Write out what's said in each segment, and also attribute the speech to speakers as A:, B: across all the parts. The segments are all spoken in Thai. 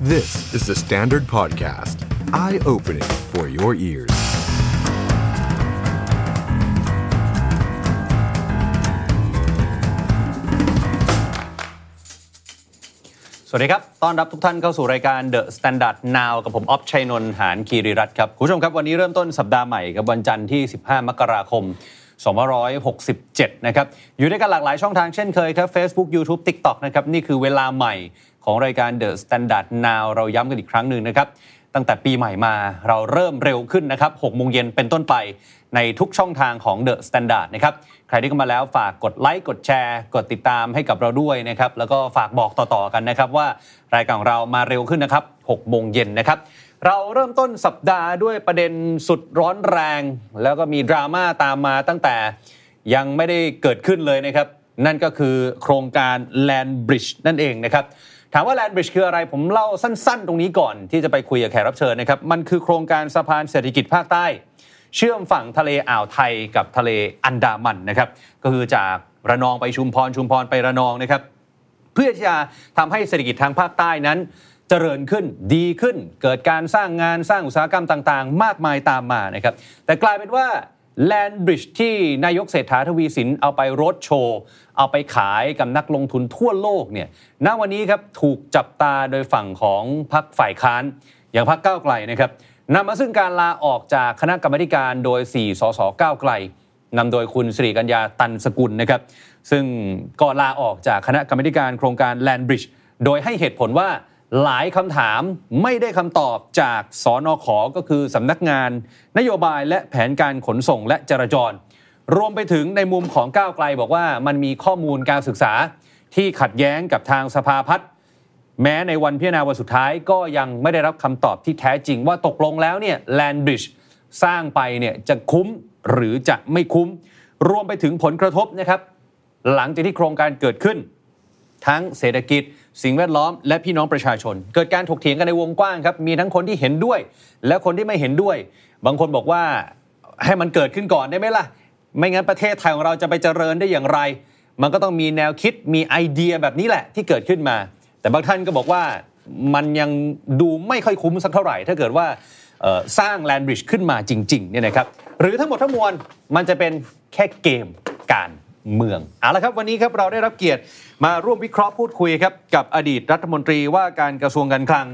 A: This is the Standard Podcast. Eye opening for your ears.
B: สวัสดีครับ ต้อนรับทุกท่านเข้าสู่รายการ The Standard Now กับผมออฟชัยนนท์หานคีริรัตน์ครับ คุณผู้ชมครับ วันนี้เริ่มต้นสัปดาห์ใหม่กับวันจันทร์ที่ 15 มกราคม 2567 นะครับ อยู่ด้วยกันหลากหลายช่องทางเช่นเคยครับ Facebook YouTube TikTok นะครับ นี่คือเวลาใหม่ของรายการ The Standard Now เราย้ำกันอีกครั้งหนึ่งนะครับ ตั้งแต่ปีใหม่มาเราเริ่มเร็วขึ้นนะครับ6โมงเย็นเป็นต้นไปในทุกช่องทางของ The Standard นะครับ ใครที่เข้ามาแล้วฝากกดไลค์ กดแชร์ กดติดตามให้กับเราด้วยนะครับ แล้วก็ฝากบอกต่อ ๆ กันนะครับ ว่ารายการของเรามาเร็วขึ้นนะครับ6โมงเย็นนะครับ เราเริ่มต้นสัปดาห์ด้วยประเด็นสุดร้อนแรง แล้วก็มีดราม่าตามมาตั้งแต่ยังไม่ได้เกิดขึ้นเลยนะครับ นั่นก็คือโครงการ Land Bridge นั่นเองนะครับ ถามว่า Land Bridge คืออะไรผมเล่าสั้นๆ ตรงนี้ก่อนที่จะไปคุยกับแขกรับเชิญนะครับ มันคือโครงการสะพานเศรษฐกิจภาคใต้ เชื่อมฝั่งทะเลอ่าวไทยกับทะเลอันดามันนะครับ ก็คือจากระนองไปชุมพรชุมพรไประนองนะครับ เพื่อที่จะทำให้เศรษฐกิจทางภาคใต้นั้น เจริญขึ้นดีขึ้น เกิดการสร้างงานสร้างอุตสาหกรรมต่างๆ มากมายตามมานะครับ แต่กลายเป็นว่า Land Bridge ที่นายกเศรษฐาทวีสินเอาไปรถโชว์ เอาไปขายกับนักลงทุนทั่วโลกเนี่ยณวันนี้ครับถูกจับตาโดยฝั่งของพรรคฝ่ายค้าน อย่างพรรคก้าวไกลนะครับนำมาซึ่งการลาออกจากคณะกรรมาธิการโดย 4 สสก้าวไกล นำโดยคุณสิริกัญญาตันสกุลนะครับ ซึ่งก็ลาออกจากคณะกรรมาธิการโครงการ Land Bridge โดยให้เหตุผลว่าหลายคำถามไม่ได้คำตอบจากสอนอขอก็คือสำนักงาน นโยบายและแผนการขนส่งและจราจร รวมไปถึงในมุมของก้าวไกลบอกว่ามันมีข้อมูลการศึกษาที่ขัดแย้งกับทางสภาพัฒน์ แม้ในวันพิจารณาวันสุดท้ายก็ยังไม่ได้รับคำตอบที่แท้จริงว่าตกลงแล้วเนี่ยแลนบริดจ์สร้างไปเนี่ยจะคุ้มหรือจะไม่คุ้ม รวมไปถึงผลกระทบนะครับ หลังจากที่โครงการเกิดขึ้น ทั้งเศรษฐกิจ สิ่งแวดล้อม และพี่น้องประชาชน เกิดการถกเถียงกันในวงกว้างครับ มีทั้งคนที่เห็นด้วย และคนที่ไม่เห็นด้วย บางคนบอกว่าให้มันเกิดขึ้นก่อนได้ไหมล่ะ ไม่งั้นประเทศไทยของเราจะไปเจริญได้อย่างไร มันก็ต้องมีแนวคิดมีไอเดียแบบนี้แหละที่เกิดขึ้นมา แต่บางท่านก็บอกว่ามันยังดูไม่ค่อยคุ้มสักเท่าไหร่ ถ้าเกิดว่าเอ่อสร้างแลนบริดจ์ขึ้นมาจริงๆเนี่ยนะครับหรือทั้งหมดทั้งมวลมันจะเป็นแค่เกมการ เมืองเอาละครับวันนี้ครับเราได้รับเกียรติมาร่วมวิเคราะห์พูดคุยครับกับอดีตรัฐมนตรีว่าการกระทรวงการคลัง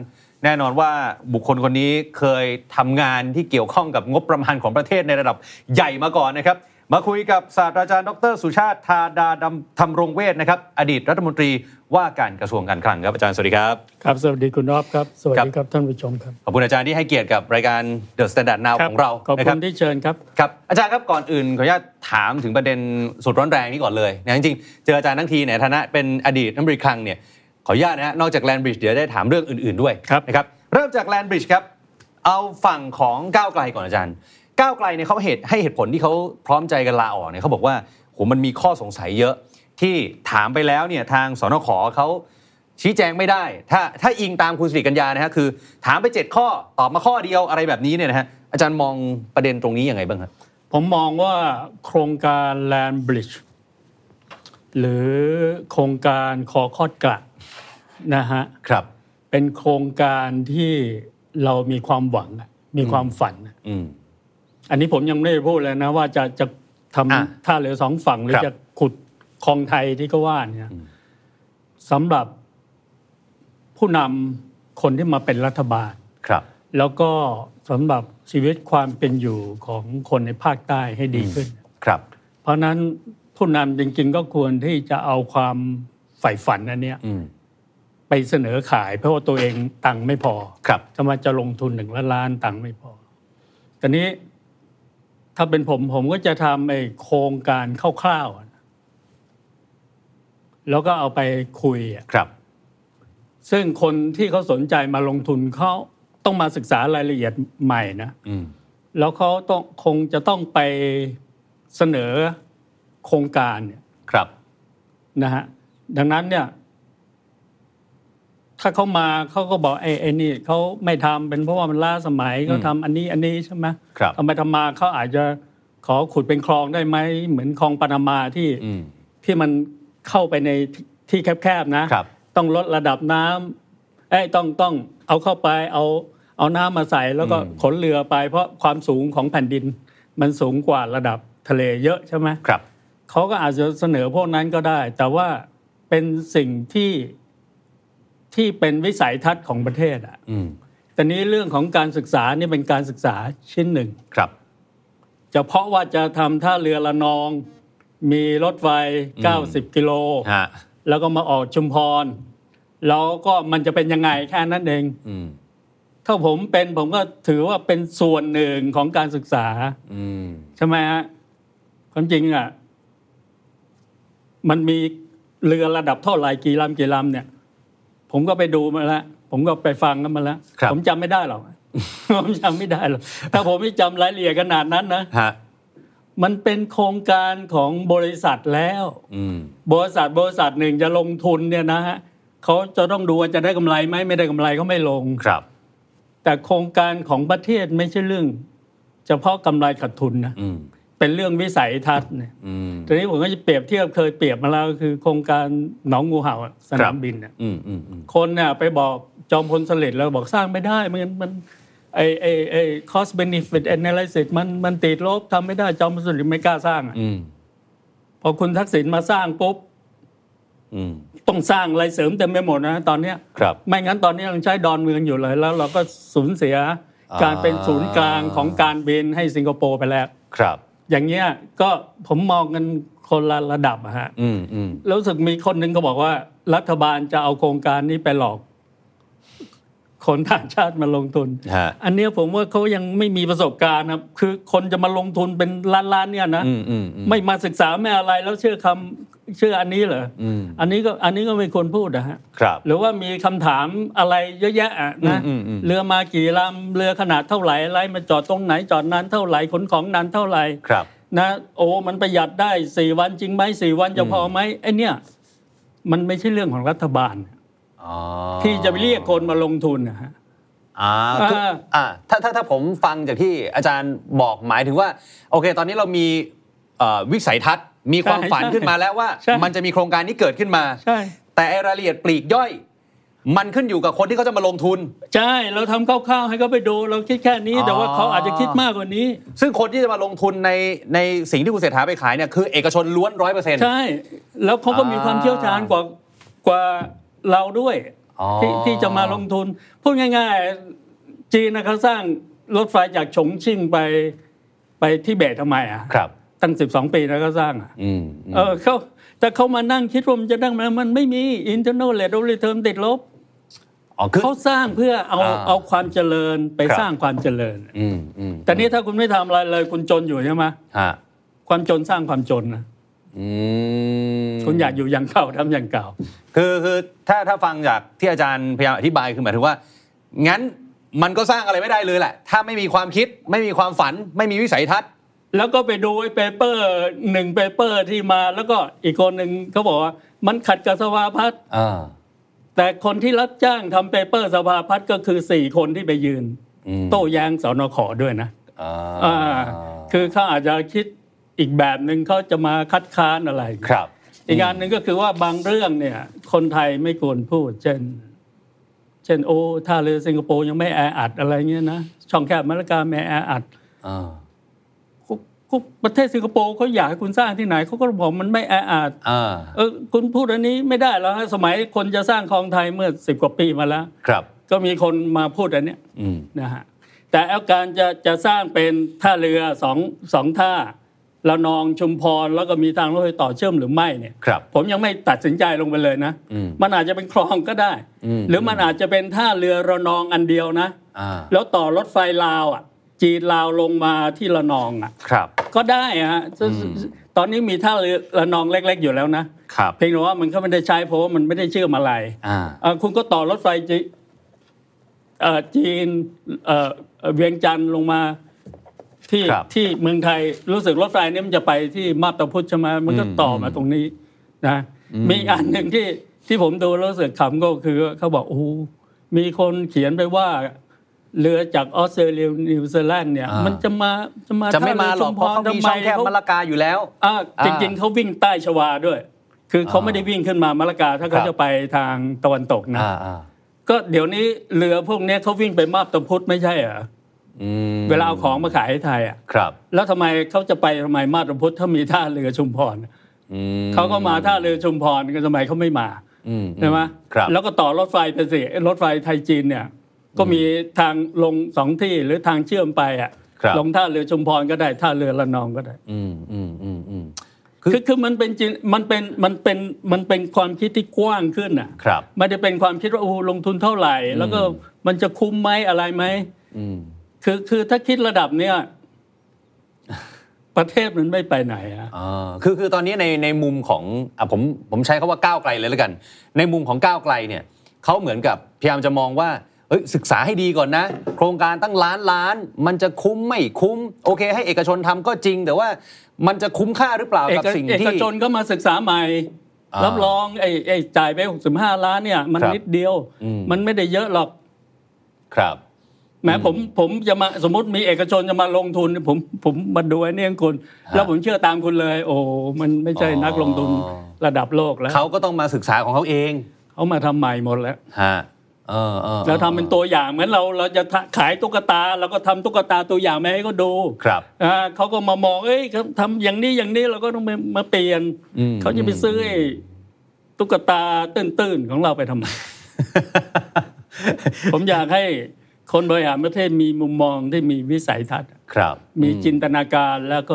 B: แน่นอนว่าบุคคลคนนี้เคยทำงานที่เกี่ยวข้องกับงบประมาณของประเทศในระดับใหญ่มาก่อนนะครับ มาคุยกับศาสตราจารย์ดรสุชาติธาดาดำธรรมรงเวทนะครับอดีตรัฐมนตรีว่าการกระทรวงการคลังครับอาจารย์สวัสดีครับ
C: ครับ สวัสดีคุณนอบครับ สวัสดีครับท่านผู้ชมครับ
B: ขอบคุณอาจารย์ที่ให้เกียรติกับรายการ The Standard Now ของเรา
C: ขอบ
B: นะ
C: คุ
B: รับ
C: ณที่เชิญครับ
B: ครับอาจารย์ครับก่อนอื่นขออนุญาตถามถึงประเด็นสุดร้อนแรงนี้ก่อนเลยนะจริงๆเจออาจารย์ทั้งทีในฐานะเป็นอดีตน้ำบริดจ์คลังเนี่ยขออนุญาตนะฮะนอกจากแลนบริดจ์เดี๋ยวได้ถามเรื่องอื่นๆด้วย
C: ครับ
B: นะครับเริ่มจากแลนบริดจ์ครับเอาฝั่งของก้าวไกลก่อนอาจารย์ก้าวไกลเนี่ยเขาเหตุให้เหตุผลที่เขาพร้อมใจกันลาออกเนี่ยเขาบอกว่าโหมันมีข้อสงสัยเยอะที่ถามไปแล้วเนี่ยทางสนขเขาชี้แจงไม่ได้ ถ้าถ้าอิงตามคุณสิริกัญญานะฮะคือ ถามไปเจ็ดข้อตอบมาข้อเดียวอะไรแบบนี้เนี่ยนะฮะอาจารย์มองประเด็นตรงนี้ยังไงบ้างครับ
C: ผมมองว่าโครงการ Land Bridge หรือโครงการคอคอดกระนะฮะ
B: ครับ
C: เป็นโครงการที่เรามีความหวัง มีความฝัน
B: อืม
C: อันนี้ผมยังไม่ได้พูดเลยนะ ว่าจะจะท
B: อ่ะ
C: ำท่าเรือสองฝั่งหรือ
B: ครับ
C: จะขุดคลองไทยที่ก็ว่าเนี่ยสำหรับผู้นำคนที่มาเป็นรัฐบาล
B: ครับ
C: แล้วก็สำหรับชีวิตความเป็นอยู่ของคนในภาคใต้ให้ดีขึ้น
B: ครับ
C: เพราะฉะนั้นผู้นำจริงๆก็ควรที่จะเอาความใฝ่ฝันอันเนี้ย
B: อืม
C: ไปเสนอขาย เพราะว่าตัวเองตังค์ไม่พอ
B: ครับ
C: จะมาจะลงทุนหนึ่งล้านล้านตังค์ไม่พอแต่นี้ถ้าเป็นผมผมก็จะทำไอ้โครงการคร่าวๆอะนะแล้วก็เอาไปคุยอะ
B: ครับ
C: ซึ่งคนที่เขาสนใจมาลงทุนเขาต้องมาศึกษารายละเอียดใหม่นะ
B: อืม
C: แล้วเขาต้องคงจะต้องไปเสนอโครงการเนี่ย
B: ครับ
C: นะฮะดังนั้นเนี่ย ถ้าเขามาเขาก็บอกไอ้ไอ้นี่เขาไม่ทำเป็นเพราะว่ามันล้าสมัยเขาทำอันนี้อันนี้ใช่ไหม
B: ครับ
C: ทำไปทำมาเขาอาจจะขอขุดเป็นคลองได้ไหมเหมือนคลองปานามาที่
B: อืม
C: ที่มันเข้าไปในที่แคบๆนะ
B: ครับ
C: ต้องลดระดับน้ำ เอ้ยต้องต้องเอาเข้าไปเอาเอาน้ำมาใส่แล้วก็ขนเรือไป เพราะความสูงของแผ่นดิน มันสูงกว่าระดับทะเลเยอะใช่ไหม
B: ครับ
C: เขาก็อาจจะเสนอพวกนั้นก็ได้ แต่ว่าเป็นสิ่งที่ที่เป็นวิสัยทัศน์ของประเทศอ่ะ
B: อืม
C: แต่นี้เรื่องของการศึกษานี่เป็นการศึกษาชิ้นหนึ่ง
B: ครับ
C: จะเพราะว่าจะทำท่าเรือละนอง มีรถไฟ 90 กิโล
B: ฮะ
C: แล้วก็มาออกชุมพร แล้วก็มันจะเป็นยังไงแค่นั้นเอง
B: อืม
C: ถ้าผมเป็นผมก็ถือว่าเป็นส่วนหนึ่งของการศึกษา
B: อืม
C: ใช่ไหมฮะความจริงอ่ะ มันมีเรือระดับเท่าไหร่กี่ลำกี่ลำเนี่ย ผมก็ไปดูมาแล้ว ผมก็ไปฟังกันมาแล้ว
B: ครับ
C: ผมจำไม่ได้หรอก ผมจำไม่ได้หรอกถ้าผมไม่จำรายละเอียดขนาดนั้นนะ
B: ฮะ
C: มันเป็นโครงการของบริษัทแล้ว
B: อืม
C: บริษัทบริษัทหนึ่งจะลงทุนเนี่ยนะฮะเขาจะต้องดูว่าจะได้กำไรไหมไม่ได้กำไรก็ไม่ลง
B: ครับ
C: แต่โครงการของประเทศไม่ใช่เรื่อง เฉพาะกำไรขาดทุนนะ
B: อืม
C: เป็นเรื่องวิสัยทัศน์เนี่ย
B: อืม
C: ทีนี้ผมก็จะเปรียบเทียบเคยเปรียบมาแล้วก็คือโครงการหนองงูเห่าอะส
B: ครั
C: นา
B: บ
C: มบินเนี่ย
B: อืมอืมอืม
C: คนเนี่ยไปบอกจอมพลสฤษดิ์แล้วบอกสร้างไม่ได้มันมันไอไอไอ cost benefit analysis มันมันติดลบทำไม่ได้จอมพลสฤษดิ์ไม่กล้าสร้างอะ
B: อืม
C: พอคุณทักษิณมาสร้างปุ๊บ
B: อืม
C: ต้องสร้างอะไรเสริมเต็มไปหมดนะตอนเนี้ย
B: ครับ
C: ไม่งั้นตอนนี้ยังใช้ดอนเมืองอยู่เลย แล้วเราก็สูญเสีย
B: อ่า
C: การเป็นศูนย์กลางของการบินให้สิงคโปร์ไปแล้ว
B: ครับ
C: อย่างเงี้ยก็ผมมองกันคนละระดับอะฮะ
B: อืมอืม
C: รู้สึกมีคนหนึ่งก็บอกว่า รัฐบาลจะเอาโครงการนี้ไปหลอก คนต่างชาติมาลงทุน
B: ฮะ
C: อันเนี้ยผมว่าเขายังไม่มีประสบการณ์ครับ คือคนจะมาลงทุนเป็นล้านๆเนี่ยนะ
B: อืมอืมอืม
C: ไม่มาศึกษาไม่อะไรแล้วเชื่อคำเชื่ออันนี้เหรออ
B: อืม
C: อันนี้ก็อันนี้ก็ไม่ควรพูดนะฮะ
B: ครับ
C: หรือว่ามีคำถามอะไรเยอะแยะอะนะ
B: อืมอืมอืม
C: เรือมากี่ลำเรือขนาดเท่าไหร่อะไรมาจอดตรงไหนจอดนานเท่าไหร่ขนของนานเท่าไหร่
B: ครับ
C: นะโอ้มันประหยัดได้สี่วันจริงไหมสี่วันจะพอไหมไอ้เนี่ยมันไม่ใช่เรื่องของรัฐบาล
B: อ๋อ
C: ที่จะไปเรียกคนมาลงทุนนะฮะ
B: อ่าทุก
C: อ่า
B: อ่าถ้าถ้าถ้าผมฟังจากที่อาจารย์บอกหมายถึงว่า โอเค ตอนนี้เรามีเอ่อวิสัยทัศน์ มีความฝันขึ้นมาแล้วว่า
C: ใช่
B: มันจะมีโครงการนี้เกิดขึ้นมา
C: ใช่
B: แต่ไอ้รายละเอียดปลีกย่อย มันขึ้นอยู่กับคนที่เขาจะมาลงทุน
C: ใช่เราทำคร่าวๆให้เขาไปดูเราคิดแค่นี้
B: อ๋อ
C: แต่ว่าเขาอาจจะคิดมากกว่านี้
B: ซึ่งคนที่จะมาลงทุนในในสิ่งที่คุณเศรษฐาไปขายเนี่ยคือเอกชนล้วนร้อยเปอร์เซ็นต์
C: ใช่ แล้วเขาก็มีความเชี่ยวชาญกว่ากว่าเราด้วย
B: อ๋อ
C: ที่ที่จะมาลงทุน พูดง่าย ๆ จีนนะเขาสร้างรถไฟจากฉงชิ่งไปไปที่เบตทำไมอ่ะ
B: ครับ
C: ตั้งสิบสองปีนะเขาสร้างอ่ะ
B: อืมอืม
C: เออเขาแต่เขามานั่งคิดว่ามันจะนั่งมามันไม่มี internal rate of return ติดลบ
B: อ๋อคือ
C: เขาสร้างเพื่อเอา
B: อ่า
C: เอาความเจริญไป
B: ครับ
C: สร้างความเจริญ
B: อืมอืม
C: แต่นี่ถ้าคุณไม่ทำอะไรเลยคุณจนอยู่ใช่ไหม
B: ฮะ
C: ความจนสร้างความจนนะ
B: อืม
C: คุณอยากอยู่อย่างเก่าทำอย่างเก่า
B: คือคือถ้าถ้าฟังจากที่อาจารย์พยายามอธิบายคือหมายถึงว่า งั้นมันก็สร้างอะไรไม่ได้เลยแหละ ถ้าไม่มีความคิดไม่มีความฝัน ไม่มีวิสัยทัศน์
C: แล้วก็ไปดูไอ้เปเปอร์หนึ่งเปเปอร์ที่มาแล้วก็อีกคนหนึ่งเขาบอกว่ามันขัดกับสภาพัฒน์
B: อ่า
C: แต่คนที่รับจ้างทำเปเปอร์สภาพัฒน์ก็คือสี่คนที่ไปยืน
B: อืม
C: โต้แย้งสนขด้วยนะ
B: อ่า
C: อ่าคือเขาอาจจะคิดอีกแบบหนึ่งเขาจะมาคัดค้านอะไร
B: ครับ
C: อีกงานหนึ่งก็คือว่าบางเรื่องเนี่ย คนไทยไม่ควรพูด เช่น เช่นโอ้ท่าเรือสิงคโปร์ยังไม่แออัดอะไรเงี้ยนะช่องแคบมาลากาไม่แออัด
B: อ่า
C: ก็ก็ประเทศสิงคโปร์เขาอยากให้คุณสร้างที่ไหนเขาก็บอกมันไม่แออัด
B: อ่า
C: เออคุณพูดอันนี้ไม่ได้แล้วฮะสมัยคนจะสร้างคลองไทยเมื่อสิบกว่าปีมาแล้ว
B: ครับ
C: ก็มีคนมาพูดอันเนี้ย
B: อืม
C: นะฮะแต่เอาการจะจะสร้างเป็นท่าเรือสองสองท่าละนองชุมพรแล้วก็มีทางรถไฟต่อเชื่อมหรือไม่เนี่ย
B: ครับ
C: ผมยังไม่ตัดสินใจลงไปเลยนะ
B: อืม
C: มันอาจจะเป็นคลองก็ได้
B: อืม
C: หรือมันอาจจะเป็นท่าเรือระนองอันเดียวนะ
B: อ่า
C: แล้วต่อรถไฟลาวอ่ะ จีนลาวลงมาที่ระนองอ่ะ
B: ครับ
C: ก็ได้อะฮะซึ่งตอนนี้มีท่าเรือระนองเล็ก ๆ อยู่แล้วนะครับ เพียงแต่ว่ามันก็ไม่ได้ใช้เพราะว่ามันไม่ได้เชื่อมอะไร
B: อ่า
C: เอ่อคุณก็ต่อรถไฟจีเอ่อจีนเอ่อเอ่อเวียงจันทร์ลงมาที่
B: ครับ
C: ที่เมืองไทยรู้สึกรถไฟเนี่ยมันจะไปที่มาบตาพุธใช่ไหมมันก็ต่อมาตรงนี้นะมีอันหนึ่งที่ที่ผมดูแล้วรู้สึกขำก็คือเขาบอกโอ้โหมีคนเขียนไปว่า เรือจากออสเตรเลียนิวซีแลนด์เนี่ย
B: อ่ามั
C: มันจะมาจะมา
B: จะไม่มาหรอกเพราะเขามีช่องแคบมะละกาอยู่แล้ว
C: อ่าจริง
B: อ่า
C: ๆเขาวิ่งใต้ชวาด้วย คือเขา
B: อ่า
C: ไม่ได้วิ่งขึ้นมามะละกาถ้าเขา
B: ครับ
C: จะไปทางตะวันตกนะ
B: อ่าอ่า
C: ก็เดี๋ยวนี้เรือพวกเนี้ยเขาวิ่งไปมาบตะพุธไม่ใช่เหรอ
B: อืม
C: เวลาเอาของมาขายให้ไทยอ่ะ
B: ครับ
C: แล้วทำไมเขาจะไปทำไมมาบตะพุธถ้ามีท่าเรือชุมพร
B: อืม
C: เขาก็มาท่าเรือชุมพรก็ทำไมเขาไม่มา
B: อือื
C: ใช่ไหม
B: ครับ
C: แล้วก็ต่อรถไฟไปสิไอ้รถไฟไทยจีนเนี่ย ก็มีทางลงสองที่หรือทางเชื่อมไปอ่ะ
B: ครับ
C: ลงท่าเรือชุมพรก็ได้ท่าเรือระนองก็ได้
B: อืมอืมอืมอืม คือ
C: คือคือมันเป็นจินมันเป็นมันเป็นมันเป็นความคิดที่กว้างขึ้นอ่ะ
B: ครับ
C: ไม่ได้เป็นความคิดว่าโอ้โหลงทุนเท่าไหร่ แล้วก็มันจะคุ้มไหมอะไรไหม
B: อืม
C: คือคือถ้าคิดระดับเนี้ยประเทศมันไม่ไปไหนอ่ะ
B: อ่าคือคือตอนนี้ในในมุมของอ่ะผมผมใช้คาว่าก้าวไกลเลยแล้วกัน ในมุมของก้าวไกลเนี่ยเขาเหมือนกับพยายามจะมองว่าเอ้ยศึกษาให้ดีก่อนนะ โครงการตั้งล้านล้าน มันจะคุ้มไม่คุ้ม โอเค ให้เอกชนทำก็จริง แต่ว่ามันจะคุ้มค่าหรือเปล่า
C: เอ
B: กับ
C: ก
B: สิ่ง
C: เอก
B: ที่
C: ชนก็มาศึกษาใหม่
B: อ่ารั
C: รับรองไอ้ไอ้จ่ายไป 65 ล้านเนี่ย มัน
B: ครับ
C: นิดเดียว
B: อืม
C: มันไม่ได้เยอะหรอก
B: ครับ
C: แหมผมผมจะมาสมมติมีเอกชนจะมาลงทุน ผมผมมาดูไอ้เนี่ยคุณ
B: ฮะ
C: แล้วผมเชื่อตามคุณเลย โอ้มันไม่ใช่
B: อ๋อ
C: นักลงทุนระดับโลกแล้ว
B: เขาก็ต้องมาศึกษาของเขาเอง
C: เขามาทำใหม่หมดแล้ว
B: ฮะเออเออ
C: แล้วทำเป็นตัวอย่างเหมือนเราเราจะขายตุ๊กตาเราก็ทำตุ๊กตาตัวอย่างมาให้เขาดู
B: ครับ
C: อ่าเขาก็มามองเอ้ยเขาทำอย่างนี้อย่างนี้เราก็ต้องมามาเปลี่ยน
B: อืม
C: เขาจะไปซื้อไอ้ตุ๊กตาตื้นๆของเราไปทำไม ผมอยากให้คนบริหารประเทศมีมุมมองที่มีวิสัยทัศน์
B: ครับ
C: มีจินตนาการแล้วก็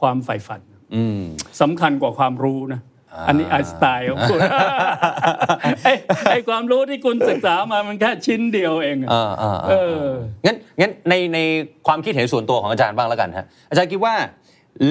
C: ความใฝ่ฝัน
B: อืม
C: สำคัญกว่าความรู้นะ
B: อ่า
C: อันนี้ไอน์สไตล์ของคุณ ไอ้ไอ้ความรู้ที่คุณศึกษามามันแค่ชิ้นเดียวเองอะ
B: เออเออเอ
C: เอ
B: อ
C: อ
B: งั้นงั้นในในความคิดเห็นส่วนตัวของอาจารย์บ้างแล้วกันฮะอาจารย์คิดว่า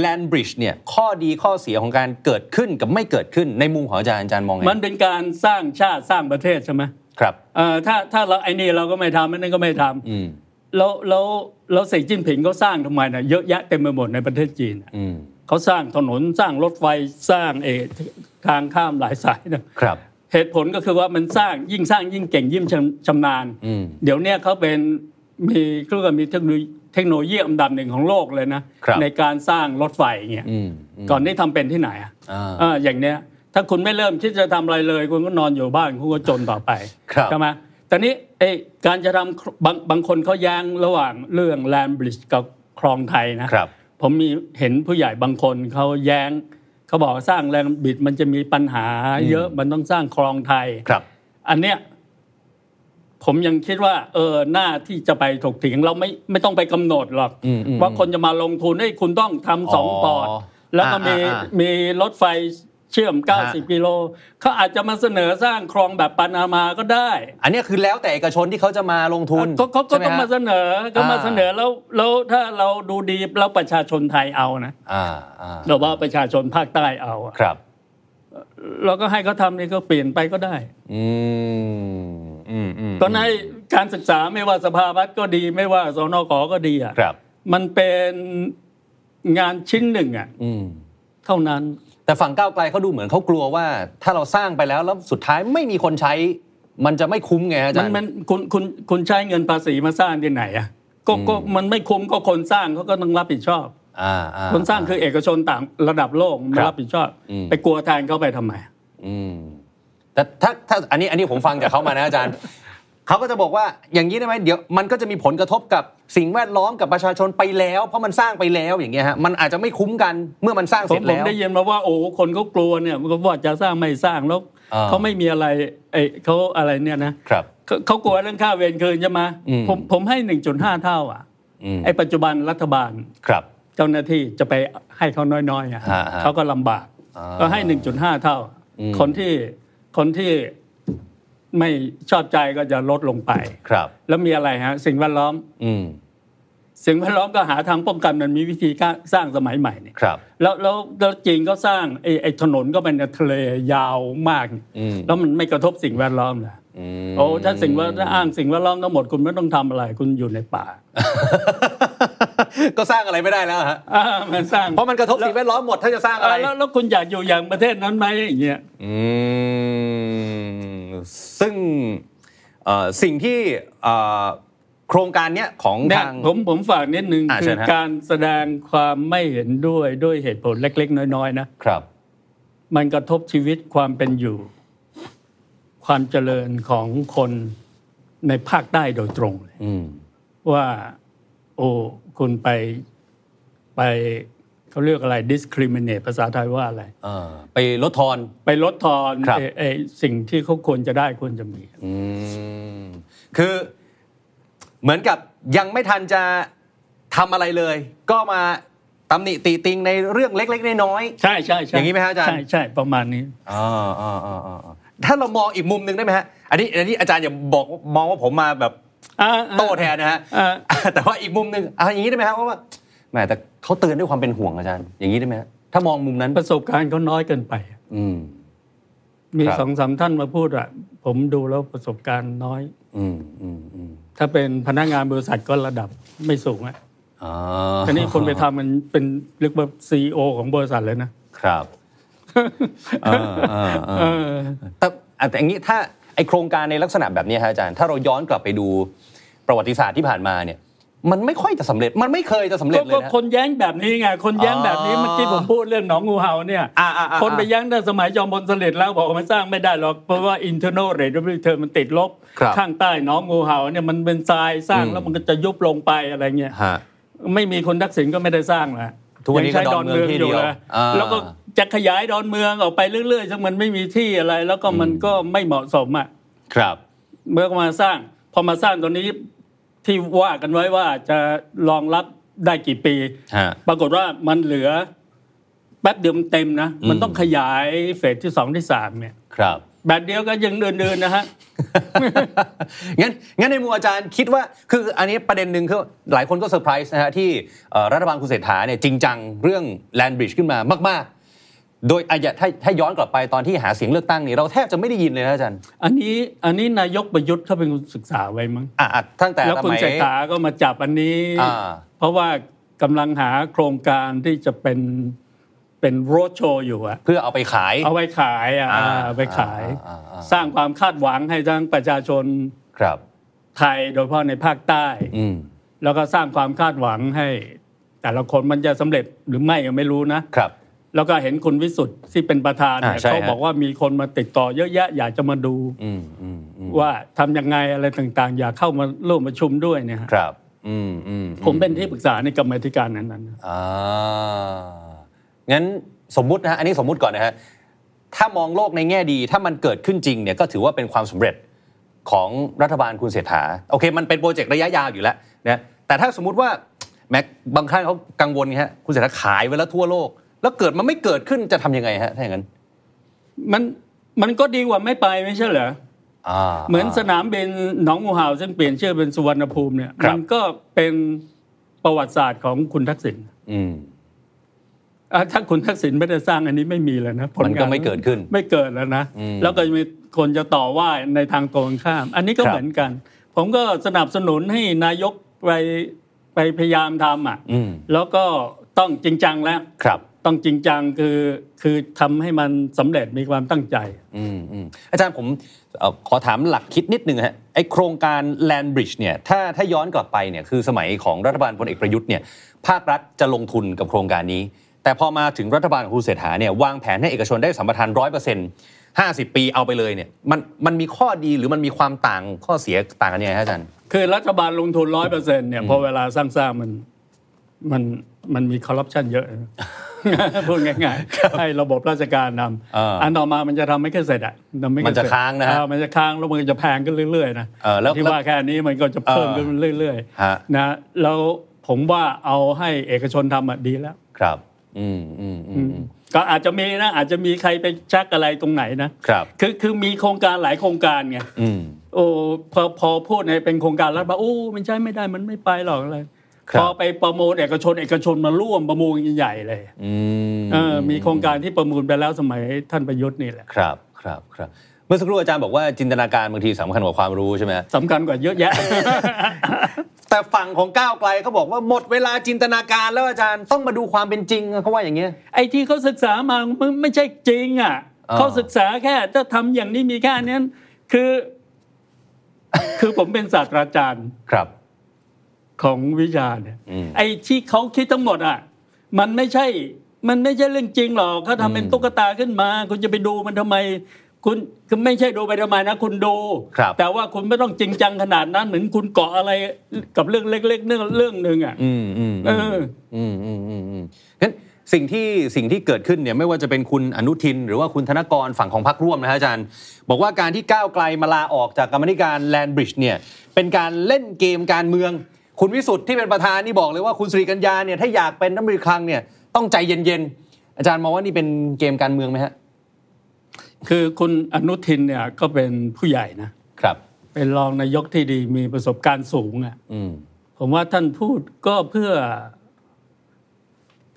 B: land bridge เนี่ยข้อดีข้อเสียของการเกิดขึ้นกับไม่เกิดขึ้นในมุมของอาจารย์อาจารย์มองไง
C: มันเป็นการสร้างชาติสร้างประเทศใช่ไหม
B: ครับ
C: เอ่อถ้าถ้าเราไอ้นี่เราก็ไม่ทำไอ้นั่นก็ไม่ท
B: อืม
C: ำแล้วแล้วแล้วเสี่ยจิ้นผิงเขาสร้างทำไมนะเยอะแยะเต็มไปหมดในประเทศจีนอะ
B: อืม
C: เขาสร้างถนนสร้างรถไฟสร้างเออทางข้ามหลายสายนะครับ เหตุผลก็คือว่ามันสร้างยิ่งสร้างยิ่งเก่งยิ่งชำชำนาญ
B: อืม
C: เดี๋ยวเนี้ยเขาเป็นมีเครื่องมีเทคโนโลยีเทคโนโลยีอันดับหนึ่งของโลกเลยนะครับ ในการสร้างรถไฟเงี้ย
B: อืมม
C: ก่อนนี้ทำเป็นที่ไหนอะ
B: อ่า
C: เอออย่างเนี้ยถ้าคุณไม่เริ่มคิดจะทำอะไรเลย คุณก็นอนอยู่บ้านคุณก็จนต่อไป
B: ครับ
C: ใช่ไหมแต่นี้ไอ้การจะทำบางบางคนเขาแย้งระหว่างเรื่องแลนบริดจ์กับคลองไทยนะ
B: ครับ
C: ผมมีเห็นผู้ใหญ่บางคนเขาแย้งเขาบอกว่าสร้างแลนบริดจ์มันจะมีปัญหา เยอะมันต้องสร้างคลองไทย
B: ครับ
C: อันเนี้ยผมยังคิดว่า เออหน้าที่จะไปถกเถียงเราไม่ไม่ต้องไปกำหนดหรอก
B: อืมอืม
C: ว่าคนจะมาลงทุนให้ยคุณต้องทำสอง
B: อ๋อ
C: ปอด แล้วก็มี
B: อ่าอ่าอ่ามี
C: มีรถไฟเชื่อม
B: อ่า
C: 90 กิโลเขาอาจจะมาเสนอสร้างคลองแบบปานามาก็ได้
B: อันเนี้ยคือแล้วแต่เอกชนที่เขาจะมาลงทุน
C: เขาเขาก็
B: ใช่ไห
C: ต้อง
B: ฮะ
C: มาเสนอก็มา
B: อ่า
C: เสนอแล้วแล้วถ้าเราดูดีแล้วประชาชนไทยเอานะ
B: อ่าอ่า
C: เราว่าประชาชนภาคใต้เอาอะ
B: ครับ
C: เราก็ให้เขาทำนี่ก็เปลี่ยนไปก็ได้
B: อืมอืมอืม
C: ตอนนั้นการศึกษาไม่ว่าสภาวัฒน์ก็ดี ไม่ว่าสนกก็ดีอ่ะ
B: ครับ
C: มันเป็นงานชิ้นหนึ่งอ่ะ
B: อืม
C: เท่านั้น
B: แต่ฝั่งก้าวไกลเขาดูเหมือนเขากลัวว่า ถ้าเราสร้างไปแล้วแล้วสุดท้ายไม่มีคนใช้ มันจะไม่คุ้มไงฮะอา
C: มั
B: จาน รย์
C: มันคุณคุณคุณใช้เงินภาษีมาสร้างที่ไหนอ่ะก็ก็มันไม่คุ้มก็คนสร้างเขาก็ต้องรับผิดชอบ
B: อ่าอ่า
C: คนสร้างคือเอกชนต่างระดับโลกมา
B: ครับ
C: รับผิดชอบ
B: อืม
C: ไปกลัวแทนเขาไปทำไม
B: อืมแต่ถ้าถ้าอันนี้อันนี้ผมฟังจากเขามานะอาจารย์ เขาก็จะบอกว่าอย่างนี้ได้ไหมเดี๋ยวมันก็จะมีผลกระทบกับสิ่งแวดล้อมกับประชาชนไปแล้ว เพราะมันสร้างไปแล้วอย่างเงี้ยฮะมันอาจจะไม่คุ้มกันเมื่อมันสร้าง
C: ผ
B: เสร็
C: ม
B: จ
C: ผม
B: แล้ว
C: ได้ยินมาว่าโอ้คนก็กลัวเนี่ยก็ว่าจะสร้างไม่สร้างแล้ว
B: อ่า
C: เขาไม่มีอะไรไอ้เขาอะไรเนี่ยนะครับ เขาเขากลัวเรื่องค่าเวรคืนใช่ไหม
B: อืม
C: ผมผมให้หนึ่งจุดห้าเท่าอ่ะ
B: อืม
C: ไอ้ปัจจุบันรัฐบาล
B: ครับ
C: เจ้าหน้าที่จะไปให้เขาน้อยๆอะ
B: ฮะฮะ
C: เขาก็ลำบาก
B: อ่า
C: ก็ให้ 1.5 เท่า
B: อืม
C: คนที่คนที่ไม่ชอบใจก็จะลดลงไป
B: ครับ
C: แล้วมีอะไรฮะ สิ่งแวดล้อม
B: อืม
C: สิ่งแวดล้อมก็หาทางป้องกันมันมีวิธีการสร้างสมัยใหม่เนี่ย
B: ครับ
C: แล้วแล้วแล้วจีนก็สร้างไอ้ไอ้ถนนก็เป็นทะเลยาวมากเนี่ย
B: อืม
C: แล้วมันไม่กระทบสิ่งแวดล้อมนะ
B: ม
C: โอ้ถ้าสิ่งแวดถ้าอ้างสิ่งแวดล้อมทั้งหมดคุณไม่ต้องทำอะไร คุณอยู่ในป่า
B: ก็สร้างอะไรไม่ได้แล้วฮะ
C: อ่ามันสร้าง
B: เพราะมันกระทบสิ่งแวดล้อมหมดถ้าจะสร้างอะไร
C: อ่าแล้วแล้วคุณอยากอยู่อย่างประเทศนั้นไหมอย่างเงี้ย
B: อืมซึ่งเอ่อสิ่งที่เอ่อโครงการเนี้ยของ
C: เนี่ย
B: ทาง
C: ผมผมฝากนิดนึง
B: อ่า
C: คื
B: เชิ
C: อ
B: ญฮะ
C: การแสดงความไม่เห็นด้วยด้วยเหตุผลเล็ก ๆ น้อยๆนะครับ มันกระทบชีวิตความเป็นอยู่ ความเจริญของคน ในภาคใต้โดยตรงเลย
B: อืม
C: ว่า โอ้คุณไปไปเขาเรียกอะไร discriminate ภาษาไทยว่าอะไร
B: เอ่อไปลดทอน
C: ไปลดทอน
B: ครับ
C: ไอ้ไอ้สิ่งที่เขาควรจะได้ควรจะมี
B: อืมคือเหมือนกับยังไม่ทันจะทำอะไรเลย ก็มาตำหนิติติงในเรื่องเล็ก ๆ น้อย
C: ใช่ใช่ใช่
B: อย่างนี้ไหมฮะอาจารย์
C: ใช่ใช่ประมาณนี้
B: ๆอ่าอ่าอ่าอ่าอ่าถ้าเรามองอีกมุมหนึ่งได้ไหมฮะ อันนี้อันนี้อาจารย์อย่าบอกมองว่าผมมาแบบ
C: อ่า
B: โต้แทนนะฮะ
C: อ่า
B: แต่ว่าอีกมุมหนึ่งอ่ะอย่างนี้ได้ไหมฮะเพราะว่าแหมแต่เขาเตือนด้วยความเป็นห่วงอาจารย์ อย่างนี้ได้ไหมฮะถ้ามองมุมนั้น
C: ประสบการณ์เขาน้อยเกินไป
B: อืม
C: มี
B: ครับ
C: สองสามท่านมาพูดอ่ะ ผมดูแล้วประสบการณ์น้อย
B: อืมอืมอืม
C: ถ้าเป็นพนักงานบริษัทก็ระดับไม่สูงอ่ะ
B: อ่า
C: ทีนี้คนไปทำมันเป็นเรียกว่าซีอของบริษัทเลยนะ
B: ครับอ่าอ่าอ่า
C: เออ
B: แต่อ่ะแต่อย่างนี้ถ้าไอโครงการในลักษณะแบบนี้ฮะอาจารย์ ถ้าเราย้อนกลับไปดูประวัติศาสตร์ที่ผ่านมาเนี่ย มันไม่ค่อยจะสำเร็จ มันไม่เคยจะสำเร็จ
C: ก็
B: เลย
C: ก็
B: นะ
C: คนแย้งแบบนี้ไง คนแย้งแบบนี้
B: อ๋อ
C: เมื่อกี้ผมพูดเรื่องหนองงูเห่าเนี่ย
B: อ่าอ่าอ่า
C: คนไปแย้งตั้งสมัยจอมพลสฤษดิ์แล้วบอกว่ามันสร้างไม่ได้หรอก เพราะว่า internal rate of return มันติดลบ
B: ครับ
C: ข้างใต้หนองงูเห่าเนี่ยมันเป็นทรายสร้าง
B: อืม
C: แล้วมันก็จะยุบลงไปอะไรเงี้ย
B: ฮะ
C: ไม่มีคนทักษิณก็ไม่ได้สร้างนะ
B: ทุกวันนี้
C: ยังใช้
B: ก็ดอนเมืองที่เดียว
C: ดนนะ
B: อ่า
C: แล้วก็จะขยายดอนเมืองออกไปเรื่อยๆซึ่งมันไม่มีที่อะไร แล้วก็มันก็ไม่เหมาะสมอ่ะ
B: ครับ
C: เมื่อมาสร้าง พอมาสร้างตัวนี้ที่ว่ากันไว้ว่าจะรองรับได้กี่ปี
B: ฮะ
C: ปรากฏว่ามันเหลือแป๊บเดียวมันเต็มนะ
B: อืม
C: มันต้องขยายเฟสที่สองที่สามเนี่ย
B: ครับ
C: แบบเดียวก็ยังเดินๆนะฮะ
B: งั้นงั้นในมุมอาจารย์คิดว่าคืออันนี้ประเด็นหนึ่งคือหลายคนก็เซอร์ไพรส์นะฮะที่เอ่อรัฐบาลคุณเศรษฐาเนี่ยจริงจังเรื่องแลนบริดจ์ขึ้นมามาก ๆ โดยอาจจะถ้าถ้าย้อนกลับไปตอนที่หาเสียงเลือกตั้งนี่เราแทบจะไม่ได้ยินเลยนะอาจารย์
C: อันนี้อันนี้นายกประยุทธ์เขาเป็นคนศึกษาไว้มั้ง
B: อ่ะอ่ะตั้งแต่
C: แล้ว
B: ส
C: คุณ
B: มัย
C: เศรษฐาก็มาจับอันนี้
B: อ่า
C: เพราะว่ากำลังหาโครงการที่จะเป็นเป็นโรดโชว์อยู่อะ
B: เพื่อเอาไปขาย
C: เอาไว้ขายอะ
B: อ่า
C: เอาไว้ขาย
B: อ่าอ่าอ่า
C: สร้างความคาดหวังให้ทั้งประชาชน
B: ครับ
C: ไทยโดยเฉพาะในภาคใต้
B: อืม
C: แล้วก็สร้างความคาดหวังให้ แต่ละคนมันจะสำเร็จหรือไม่ก็ไม่รู้นะ
B: ครับ
C: แล้วก็เห็นคุณวิสุทธิ์ที่เป็นประธานเนี่ย
B: อ่าใช่ฮะ
C: เขาบอกว่ามีคนมาติดต่อเยอะแยะอยากจะมาดู
B: อืมอืมอืม
C: ว่าทำยังไงอะไรต่างๆ อยากเข้ามาร่วมประชุมด้วยเนี่ยฮะ
B: ครับ อืมอืม
C: ผมเป็นที่ปรึกษาในกรรมาธิการนั้นนั้น
B: อ่างั้นสมมุตินะฮะอันนี้สมมุติก่อนนะฮะถ้ามองโลกในแง่ดี ถ้ามันเกิดขึ้นจริงเนี่ยก็ถือว่าเป็นความสำเร็จของรัฐบาลคุณเศรษฐา โอเค มันเป็นโปรเจกต์ระยะยาวอยู่แล้วนะแต่ถ้าสมมุติว่าแม็กบางครั้งเขากังวลไงฮะคุณเศรษฐาขายไว้แล้วทั่วโลก แล้วเกิดมันไม่เกิดขึ้นจะทำยังไงฮะถ้าอย่างนั้น
C: มันมันก็ดีกว่าไม่ไปไม่ใช่เหรอ
B: อ่า
C: เหมือนสนามบินหนองงูเห่าซึ่งเปลี่ยนชื่อเป็นสุวรรณภูมิเนี่ย
B: ครับ
C: มัก็เป็นประวัติศาสตร์ของคุณทักษิณ
B: อืม
C: อ่ะถ้าคุณทักษิณไม่ได้สร้างอันนี้ไม่มีแล้วนะผลงา
B: มันก็ไม่เกิดขึ้น
C: ไม่เกิดแล้วนะ
B: อืม
C: แล้วก็จะมีคนจะต่อว่าในทางตรงข้าม อันนี้ก็
B: ครับ
C: เหมือนกัน ผมก็สนับสนุนให้นายกไปไปพยายามทำอ่ะ
B: อืม
C: แล้วก็ต้องจริงจังแล้ว
B: ครับ
C: ต้องจริงจังคือคือทำให้มันสำเร็จมีความตั้งใจ
B: อืมอืมอาจารย์ผมเอ่อขอถามหลักคิดนิดนึงฮะไอโครงการ Land Bridge เนี่ยถ้าถ้าย้อนกลับไปเนี่ยคือสมัยของรัฐบาลพลเอกประยุทธ์เนี่ยภาครัฐจะลงทุนกับโครงการนี้ แต่พอมาถึงรัฐบาลของคุณเศรษฐาเนี่ยวางแผนให้เอกชนได้สัมปทานร้อยเปอร์เซ็นต์ห้าสิบปีเอาไปเลยเนี่ยมันมันมีข้อดีหรือมันมีความต่างข้อเสียต่างกันยังไงฮะอาจารย์
C: คือรัฐบาลลงทุนร้อยเปอร์เซ็นต์เนี่ยพอเวลาสร้างสร้างๆมันมันมันมีคอร์รัปชัน เยอะนะ พูดง่ายๆให้ระบบราชการน
B: เออ
C: ำอันต่อมามันจะทำไม่ค่อยเสร็จอ่ะทำไอยเสร็จ
B: มันจะค้างนะฮะ
C: เออมันจะค้างแล้วมันก็จะแพงขึ้นเรื่อยๆนะ
B: เออแล้ว
C: ที่ว่าแค่นี้มันก็จะเพิ่มขึ้นเรื่อย
B: ฮะ
C: ๆนะแล้วผมว่าเอาให้เอกชนทำอ่ะดีแล้ว
B: ครับ อืมอืมอืมอืม
C: ก็อาจจะมีนะอาจจะมีใครไปชักอะไรตรงไหนนะครับ คือคือมีโครงการหลายโครงการไง
B: อืม
C: โอ้พอพอพูดในเป็นโครงการรัฐบาลโอ้มันใช่ไม่ได้มันไม่ไปหรอกอะไร
B: ครับ
C: พอไปประมูลเอกชนเอกชนมาร่วมประมูลใหญ่ๆเลย
B: อืม
C: เออมีโครงการที่ประมูลไปแล้วสมัยท่านประยุทธ์นี่แหละ
B: ครับครับครับเมื่อสักครู่อาจารย์บอกว่าจินตนาการบางทีสำคัญกว่าความรู้ใช่ไหมฮะ
C: สำคัญกว่าเยอะแย ะ
B: แต่ฝั่งของก้าวไกลเขาบอกว่าหมดเวลาจินตนาการแล้วอาจารย์ต้องมาดูความเป็นจริงเขาว่าอย่างเงี้ย
C: ไอ้ที่เขาศึกษามามันไม่ใช่จริงอ่ะ
B: อ่า
C: เขาศึกษาแค่ถ้าทำอย่างนี้มีแค่นั้นคือ คือผมเป็นศาสตราจารย์
B: ครับ
C: ของวิชาเนี่ย
B: อืม
C: ไอ้ที่เขาคิดทั้งหมดอ่ะมันไม่ใช่ มันไม่ใช่เรื่องจริงหรอกเขาทำเป็น
B: อืม
C: ตุ๊กตาขึ้นมา คุณจะไปดูมันทำไม คุณคือไม่ใช่ดูไปทำไมนะ คุณดู
B: ครับ
C: แต่ว่าคุณไม่ต้องจริงจังขนาดนั้นเหมือนคุณเกาะอะไรกับเรื่องเล็กๆเรื่องเรื่องหนึ่งอ่ะ
B: อืมอืม
C: เอ
B: อืม
C: อ
B: อืมอืมอืมอืมงั้นสิ่งที่สิ่งที่เกิดขึ้นเนี่ยไม่ว่าจะเป็นคุณอนุทิน หรือว่าคุณธนกรฝั่งของพรรคร่วมนะฮะอาจารย์ บอกว่าการที่ก้าวไกลมาลาออกจากกรรมาธิการแลนบริดจ์เนี่ยเป็นการเล่นเกมการเมือง คุณวิสุทธิ์ที่เป็นประธานนี่บอกเลยว่าคุณสุริกัญญาเนี่ยถ้าอยากเป็นรัฐมนตรีคลังเนี่ยต้องใจเย็นๆอาจารย์มองว่านี่เป็นเกมการเมืองไหมฮะ
C: คือคุณอนุทินเนี่ยก็เป็นผู้ใหญ่นะ
B: ครับ
C: เป็นรองนายกที่ดีมีประสบการณ์สูงอ่ะ
B: อืม
C: ผมว่าท่านพูดก็เพื่อ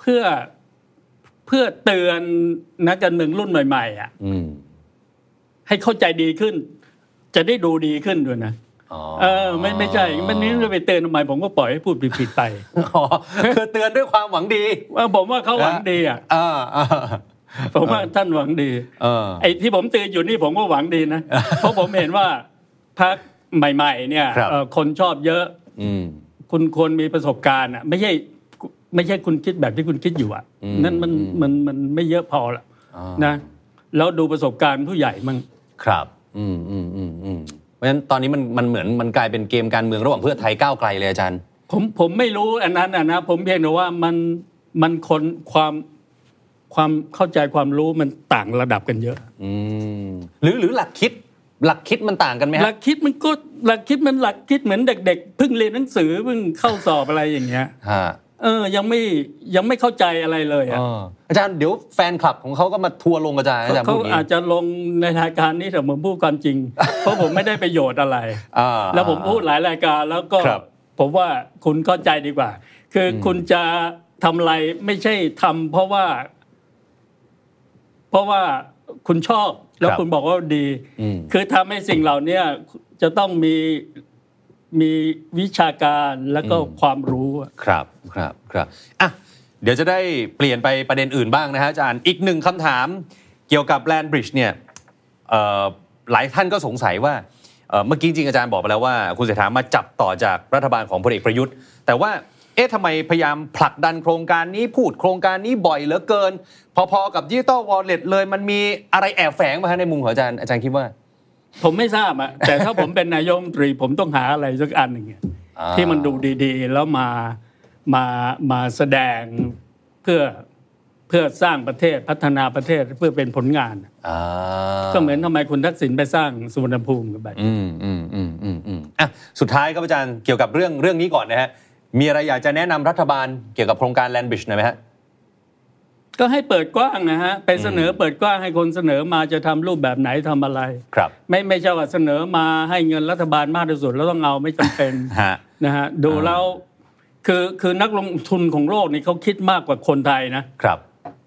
C: เพื่อเพื่อเตือนนักการเมืองรุ่นใหม่ๆอ่ะ
B: อืม
C: ให้เข้าใจดีขึ้น จะได้ดูดีขึ้นด้วยนะ
B: อ๋อ
C: เออไม่ไม่ใช่มันนี้จะไปเตือนทำไมผมก็ปล่อยให้พูดผิดๆไป
B: อ๋อคือเตือนด้วยความหวังดี
C: ว่าผมว่าเขาหวังดีอ่ะ
B: อ่าอ่า
C: ผมว่าท่านหวังดี
B: เออ
C: ไอ้ที่ผมเตือนอยู่นี่ผมก็หวังดีนะ เพราะผมเห็นว่าพรรคใหม่ ๆ เนี่ยเอ่อคนชอบเยอะ
B: อืม
C: คุณควรมีประสบการณ์อ่ะไม่ใช่ไม่ใช่คุณคิดแบบที่คุณคิดอยู่อ่ะ
B: อืม
C: นั่นมัน
B: อืม
C: มันมันไม่เยอะพอละ
B: อ่า
C: นะแล้วดูประสบการณ์ผู้ใหญ่มั่ง
B: ครับ อืมอืมอืมอืมเพราะฉะนั้นตอนนี้มันมันเหมือนมันกลายเป็นเกมการเมืองระหว่างเพื่อไทยก้าวไกลเลยอาจารย์
C: ผมผมไม่รู้อันนั้นอ่ะนะผมเพียงแต่ว่ามันมันคนความความเข้าใจความรู้มันต่างระดับกันเยอะ
B: อืม หรือหรือหลักคิด หลักคิดมันต่างกันไหม
C: ห
B: ฮะ
C: ลักคิดมันก็หลักคิดมันหลักคิดเหมือนเด็กๆเพิ่งเรียนหนังสือเพิ่งเข้าสอบอะไรอย่างเงี้ย
B: ฮะ
C: เออ ยังไม่ยังไม่เข้าใจอะไรเลยอ่ะ
B: อ่าอาจารย์เดี๋ยวแฟนคลับของเขาก็มาทัวร์ลงอาจารย์อาจารย์
C: เขา
B: พูดอย่าง
C: อาจ
B: นี้
C: จะลงในรายการนี้แต่ผมพูดความจริง เพราะผมไม่ได้ประโยชน์อะไร
B: อ่า
C: แล้วผมพูดหลายรายการแล้วก็
B: ครับ
C: ผมว่าคุณเข้าใจดีกว่า คืออคุณจะทำอะไรไม่ใช่ทำเพราะว่า เพราะว่าคุณชอบ แล้ว
B: ครับ
C: คุณบอกว่าดี
B: อืม
C: คือทำให้สิ่งเหล่านี้จะต้องมีมีวิชาการแล้วก็ความรู้อะ
B: ครับครับครับอ่ะเดี๋ยวจะได้เปลี่ยนไปประเด็นอื่นบ้างนะฮะอาจารย์อีกหนึ่งคำถามเกี่ยวกับแลนบริดจ์เนี่ยเอ่อหลายท่านก็สงสัยว่าเอ่อเมื่อกี้จริงอาจารย์บอกไปแล้วว่า คุณเศรษฐามาจับต่อจากรัฐบาลของพลเอกประยุทธ์ แต่ว่าเอ๊ะทำไมพยายามผลักดันโครงการนี้พูดโครงการนี้บ่อยเหลือเกิน พอๆกับดิจิตอลวอลเล็ตเลยมันมีอะไรแอบแฝงมาฮะในมุมของอาจารย์อาจารย์คิดว่า
C: ผมไม่ทราบอะ แต่ถ้าผมเป็นนายกรัฐมนตรี ผมต้องหาอะไรสักอันหนึ่งอะ
B: อ่า
C: ที่มันดูดีๆ แล้วมามามาแสดงเพื่อเพื่อสร้างประเทศพัฒนาประเทศเพื่อเป็นผลงานอะ
B: อ่า
C: ก็เหมือนทำไมคุณทักษิณไปสร้างสุวรรณภูมิกันไป
B: อืมอืมอืมอืมอืมอ่ะสุดท้ายครับอาจารย์เกี่ยวกับเรื่องเรื่องนี้ก่อนนะฮะ มีอะไรอยากจะแนะนำรัฐบาลเกี่ยวกับโครงการแลนบิชหน่อยไหมฮะ
C: ก็ให้เปิดกว้างนะฮะไปเสนอเปิดกว้างให้คนเสนอมาจะทำรูปแบบไหนทำอะไร
B: ครับ
C: ไม่ไม่ใช่ว่าเสนอมาให้เงินรัฐบาลมากที่สุดแล้วต้องเอาไม่จำเป็น
B: ฮะ
C: นะฮะดูแล้วคือคือนักลงทุนของโลกนี่เขาคิดมากกว่าคนไทยนะ
B: ครับ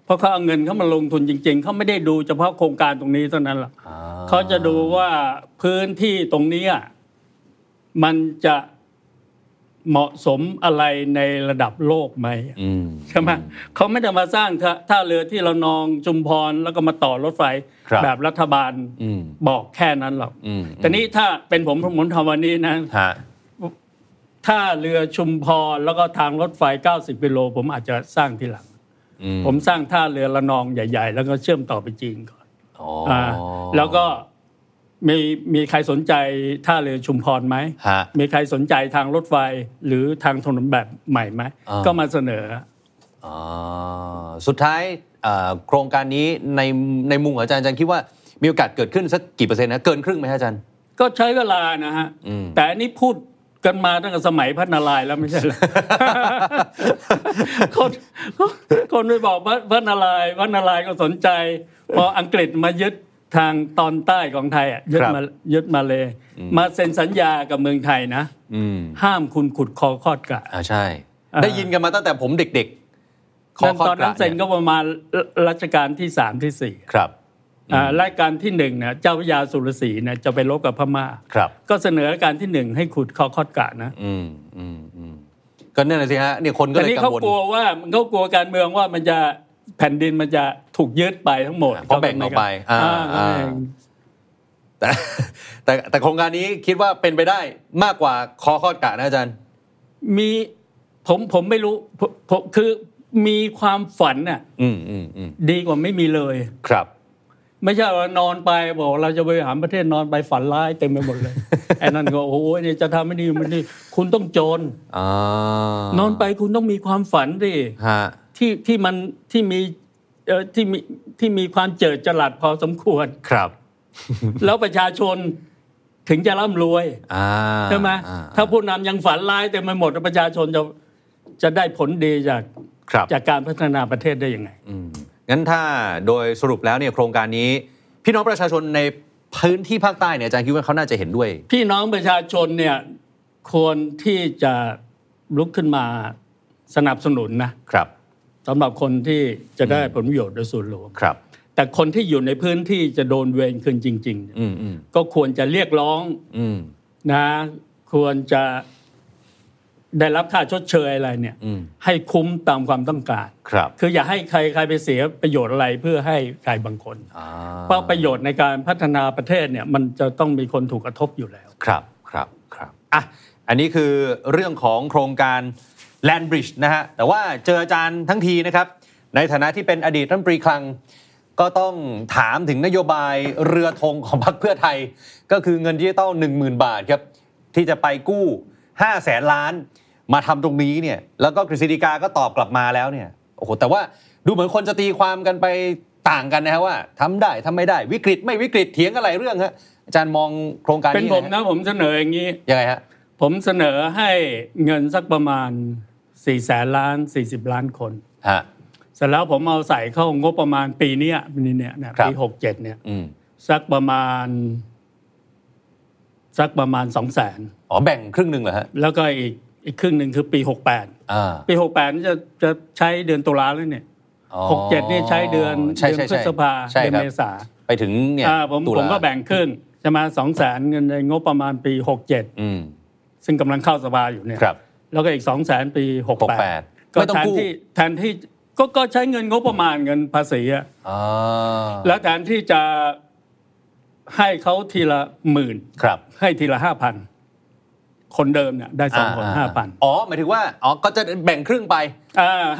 C: เพราะเขาเอาเงินเขามาลงทุนจริง ๆ เขาไม่ได้ดูเฉพาะโครงการตรงนี้เท่านั้นหรอก
B: อ่
C: เขาจะดูว่าพื้นที่ตรงเนี้ยมันจะเหมาะสมอะไรในระดับโลกไหม
B: อืม
C: ใช่ไหมเขาไม่ได้มาสร้างท่าท่าเรือที่เรานองจุมพรแล้วก็มาต่อรถไฟ
B: ครับ
C: แบบรัฐบาล
B: อืม
C: บอกแค่นั้นหรอก
B: อืม
C: แต่นี้ถ้าเป็นผมผมทำวันนี้นะ
B: ฮะ
C: ถ้าเรือชุมพรแล้วก็ทางรถไฟ 90กิโล ผมอาจจะสร้างทีหลัง
B: อืม
C: ผมสร้างท่าเรือละนองใหญ่ ๆ แล้วก็เชื่อมต่อไปจีนก่อน
B: อ๋อา
C: แล้วก็มีมีใครสนใจท่าเรือชุมพรไหม
B: ฮะ
C: มีใครสนใจทางรถไฟหรือทางถนนแบบใหม่ไหม
B: อ่า
C: ก็มาเสนอ
B: อ่าสุดท้ายเอ่อโครงการนี้ในในมุมของอาจารย์อาจารย์คิดว่ามีโอกาสเกิดขึ้นสักกี่เปอร์เซ็นต์นะเกินครึ่งไหมฮะอาจารย์
C: ก็ใช้เวลานะฮะ แต่อันนี้พูดกันมาตั้งแต่สมัยพระนารายณ์แล้วไม่ใช่เหรอ คนคนคนไปบอกว่าพระนารายณ์พระนารายณ์ก็สนใจ พออังกฤษมายึดทางตอนใต้ของไทยอ่ะยึดมายึดมาเลย มาเซ็นสัญญากับเมืองไทยนะ
B: อืม
C: ห้ามคุณขุดคอคอดกะ
B: อ่าใช่
C: อ่า
B: ได้ยินกันมาตั้งแต่ผมเด็กๆข
C: นั่น
B: ข้
C: ตอนนั้
B: ก
C: น
B: ราบ
C: เซ็นก็
B: ย
C: ประมาณรรัชกาลที่สามที่สี่
B: ครับ
C: อ่ารายการที่หนึ่งนะเจ้าพระยาสุรศรีนะจะไปรบกับพม่า
B: ครับ
C: ก็เสนอการที่หนึ่งให้ขุดคอคอดกะนะ
B: อืมอืมอืมก็นั่นแหละสิฮะเนี่ยคนก็
C: อัน
B: เลย
C: นี้
B: กั
C: เขา
B: งวล
C: กลัวว่ามันเขากลัวการเมืองว่ามันจะแผ่นดินมันจะถูกยึดไปทั้งหมด
B: เพราะแบ่งออกไปอ่า
C: อ่า
B: อ่า
C: แบ่ง
B: แต่ แต่แต่โครงการนี้คิดว่าเป็นไปได้มากกว่าคอคอดกะนะอาจารย์
C: มีผมผมไม่รู้ผมผมคือมีความฝันน่ะ
B: อืมอืมอืม
C: ดีกว่าไม่มีเลย
B: ครับ
C: ไม่ใช่ว่านอนไปบอกเราจะบริหารประเทศนอนไปฝันร้ายเต็มไปหมด เลย ไอ้นั่นก็โอ้ยเนี่ยจะทำไม่ดีมันนี่คุณต้องโจร
B: อ่าน
C: อนไปคุณต้องมีความฝันดิ
B: ฮะ
C: ที่ที่มันที่มีเอ่อที่มีที่มีความเจิดจรัสพอสมคว ร
B: ครับ
C: แล้วประชาชนถึงจะร่ำรวย
B: อ่า
C: ใช่ไหม
B: อ่
C: ถ้าผู้นำยังฝันร้ายเต็มไปหมดประชาชนจะจะได้ผลดีจาก
B: ครับ
C: จากการพัฒนาประเทศได้ยังไง
B: อืมงั้นถ้าโดยสรุปแล้วเนี่ยโครงการนี้ พี่น้องประชาชนในพื้นที่ภาคใต้เนี่ยอาจารย์คิดว่าเขาน่าจะเห็นด้วย
C: พี่น้องประชาชนเนี่ยควรที่จะลุกขึ้นมาสนับสนุนนะครับ สำหรับคนที่จะได้ผลประโยชน์โดยส่วนรวม
B: ครับ
C: แต่คนที่อยู่ในพื้นที่จะโดนเวรคืนจริงๆเนี่ย
B: อืมอืม
C: ก็ควรจะเรียกร้อง
B: อืม
C: นะควรจะได้รับค่าชดเชยอะไรเนี่ย
B: อืม
C: ให้คุ้มตามความต้องการ
B: ครับ
C: คืออย่าให้ใครใครไปเสียประโยชน์อะไรเพื่อให้ใครบางคน
B: อ่า
C: เพราะประโยชน์ในการพัฒนาประเทศเนี่ยมันจะต้องมีคนถูกกระทบอยู่แล้ว
B: ครับครับครับอ่ะอันนี้คือเรื่องของโครงการ Land Bridge นะฮะ แต่ว่าเจออาจารย์ทั้งทีนะครับ ในฐานะที่เป็นอดีตรัฐมนตรีคลัง ก็ต้องถามถึงนโยบายเรือธงของพรรคเพื่อไทย ก็คือเงินดิจิตอล10,000 บาทครับ ที่จะไปกู้ 5 0 0แสนล้าน มาทำตรงนี้เนี่ย แล้วก็กฤษฎีกาก็ตอบกลับมาแล้วเนี่ย โอ้โห แต่ว่าดูเหมือนคนจะตีความกันไปต่างกันนะฮะว่าทำได้ทำไม่ได้วิกฤตไม่วิกฤตเถียงกันหลายเรื่องฮะอาจารย์มองโครงการ
C: เป็น
B: นี้
C: ผ
B: ยั
C: ม
B: งไงฮะ
C: นะผมเสนออย่างนี้
B: ยังไงฮะ
C: ผมเสนอให้เงินสักประมาณ4ี่แสนล้าน 40 ล้านคน
B: ฮะ
C: เสร็จแล้วผมเอาใส่เข้างบประมาณปีเนี้ยปีนี้เนี่ยนะครับ ปีหกเจ็ดเนี่ย
B: อืม
C: สักประมาณ สักประมาณสองแสน
B: อ๋อแบ่งครึ่งหนึ่งเหรอฮะ
C: แล้วก็อีกอีกครึ่งหนึ่งคือปีหกแปด
B: อ่า
C: ปีหกแปดจะจะใช้เดือนตุลาแล้วเนี่ย
B: อ๋อ
C: หกเจ็ดนี่ใช้เดือน
B: ใช่
C: เดือน
B: ใช่
C: พฤ
B: ใช่
C: ษภา
B: ใช่
C: เดือ
B: ครั
C: น
B: บ
C: เมษา
B: ไปถึงเนี่ย
C: อ่าผม
B: ตุ
C: ผม
B: ลา
C: ก็แบ่งครึ่งจะมาสองแสนเงินในงบประมาณปีหกเจ็ด
B: อืม
C: ซึ่งกำลังเข้าสภาอยู่เนี่ย
B: ครับ
C: แล้วก็อีกสองแสนปีหก
B: หก
C: แป
B: แป
C: ด
B: ด
C: ก็
B: ไม่ต้อง
C: แทน
B: กู้
C: ที่แทนที่ก็ก็ใช้เงินงบประมาณเงินภาษีอะ
B: อ่า
C: แล้วแทนที่จะให้เขาทีละหมื่น
B: ครับ
C: ให้ทีละห้าพันคนเดิมเนี่ยได้สองคนห้าพัน
B: อ๋อ หมายถึงว่า อ๋อ ก็จะแบ่งครึ่งไป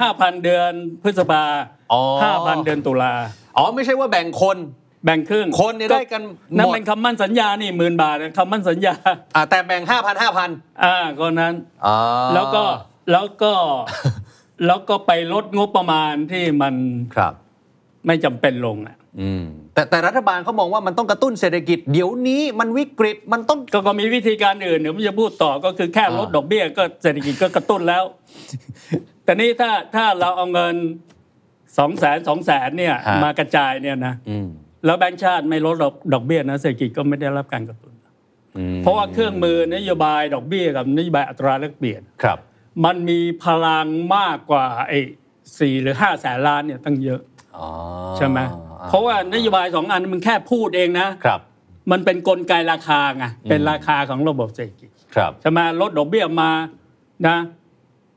C: ห้าพันเดือนพฤษภา
B: อ๋อ
C: ห้าพันเดือนตุลา
B: อ๋อ ไม่ใช่ว่าแบ่งคน
C: แบ่งครึ่ง
B: คนเนี่ยได้กัน
C: นั่น
B: หมด
C: เป็นคำมั่นสัญญานี่หมื่นบาทนะคำมั่นสัญญา
B: อ่าแต่แบ่งห้าพันห้าพัน
C: อ่าคนนั้น
B: อ่า
C: แล้วก็แล้วก็ แล้วก็ไปลดงบประมาณที่มัน
B: ครับ
C: ไม่จำเป็นลงอ่ะ
B: อืม แต่แต่รัฐบาลเขามองว่ามันต้องกระตุ้นเศรษฐกิจ เดี๋ยวนี้มันวิกฤต มันต้อง
C: ก็ก็มีวิธีการอื่นเดี๋ยวผมจะพูดต่อก็คือแค่ลด
B: อ่า
C: ดอกเบี้ยก็เศรษฐกิจก็กระตุ้นแล้ว แต่นี่ถ้าถ้าเราเอาเงินสองแสนสองแสนเนี่ย มากระจายเนี่ยนะ
B: อืม
C: แล้วแบงก์ชาติไม่ลดดอกดอกเบี้ยนะเศรษฐกิจก็ไม่ได้รับการกระตุ้น
B: อืม
C: เพราะว่าเครื่องมือนโยบายดอกเบี้ยกับนโยบายอัตราแลกเปลี่ยน
B: ครับ
C: มันมีพลังมากกว่าไอ้สี่หรือห้าแสนล้านเนี่ยตั้งเยอะ
B: อ๋อ
C: ใช่ไหมเพราะว่านโยบายสองอันมันแค่พูดเองนะ
B: ครับ
C: มันเป็นกลไกราคาไงเป็นราคาของระบบเศรษฐกิจ
B: ครับ
C: จะมาลดดอกเบี้ยมานะ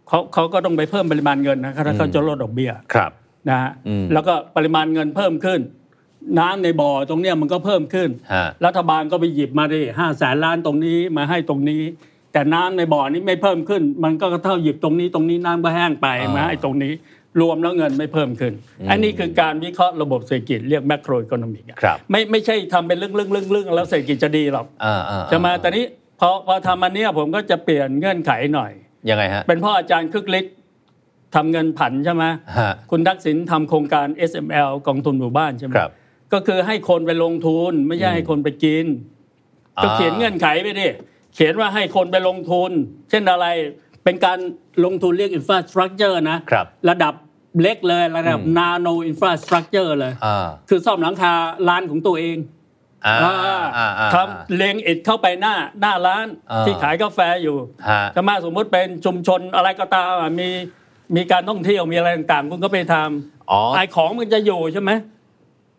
C: เขาเขาก็ต้องไปเพิ่มปริมาณเงินนะครับถ้าเขาจะลดดอกเบี้ย
B: ครับ
C: นะฮะ
B: อืม
C: แล้วก็ปริมาณเงินเพิ่มขึ้น น้ำในบ่อตรงเนี้ยมันก็เพิ่มขึ้น
B: ฮะ
C: รัฐบาลก็ไปหยิบมาดิห้าแสนล้านตรงนี้มาให้ตรงนี้ แต่น้ำในบ่อนี้ไม่เพิ่มขึ้น มันก็เท่าหยิบตรงนี้ตรงนี้น้ำก็แห้งไป
B: อ่าม
C: มาให้ตรงนี้รวมแล้วเงินไม่เพิ่มขึ้น อันนี้คือการวิเคราะห์ระบบเศรษฐกิจเรียกแมกโรอีโคโนมิก
B: ครับ
C: ไม่ไม่ใช่ทำเป็นเรื่องเรื่องเรื่องเรื่องแล้วเศรษฐกิจจะดีหรอก
B: อ่าอ่อ่
C: จะมาแต่นี้พอพอทำอันเนี้ยผมก็จะเปลี่ยนเงื่อนไขหน่อย
B: ยังไงฮะ
C: เป็นเพ่ออาจารย์คึกฤทธิ์ทำเงินผันใช่ไหม
B: ฮะ
C: คุณทักษิณทำโครงการ SML กองทุนหมู่บ้านใช่ไหม
B: ครับ
C: ก็คือให้คนไปลงทุนไม่ใช่ให้คนไปกินก็เขียนเงื่อนไขไปดิเขียนว่าให้คนไปลงทุน เช่นอะไรเป็นการลงทุนเรียก infrastructure นะครับ ระดับเล็กเลยระดับ nano infrastructure เลย
B: อ่า
C: คือซ่อมหลังคาร้านของตัวเอง
B: อ่า
C: อ่า
B: อ่าอ่า
C: ทำเล็งอิดเข้าไปหน้าหน้าร้าน
B: อ่า
C: ที่ขายกาแฟอยู่
B: ฮะ
C: ถ้ามาสมมุติเป็นชุมชนอะไรก็ตามอ่ะมีมีการท่องเที่ยวมีอะไรต่างๆ คุณก็ไปท
B: อ๋อ
C: ำขายของมันจะอยู่ใช่ไหม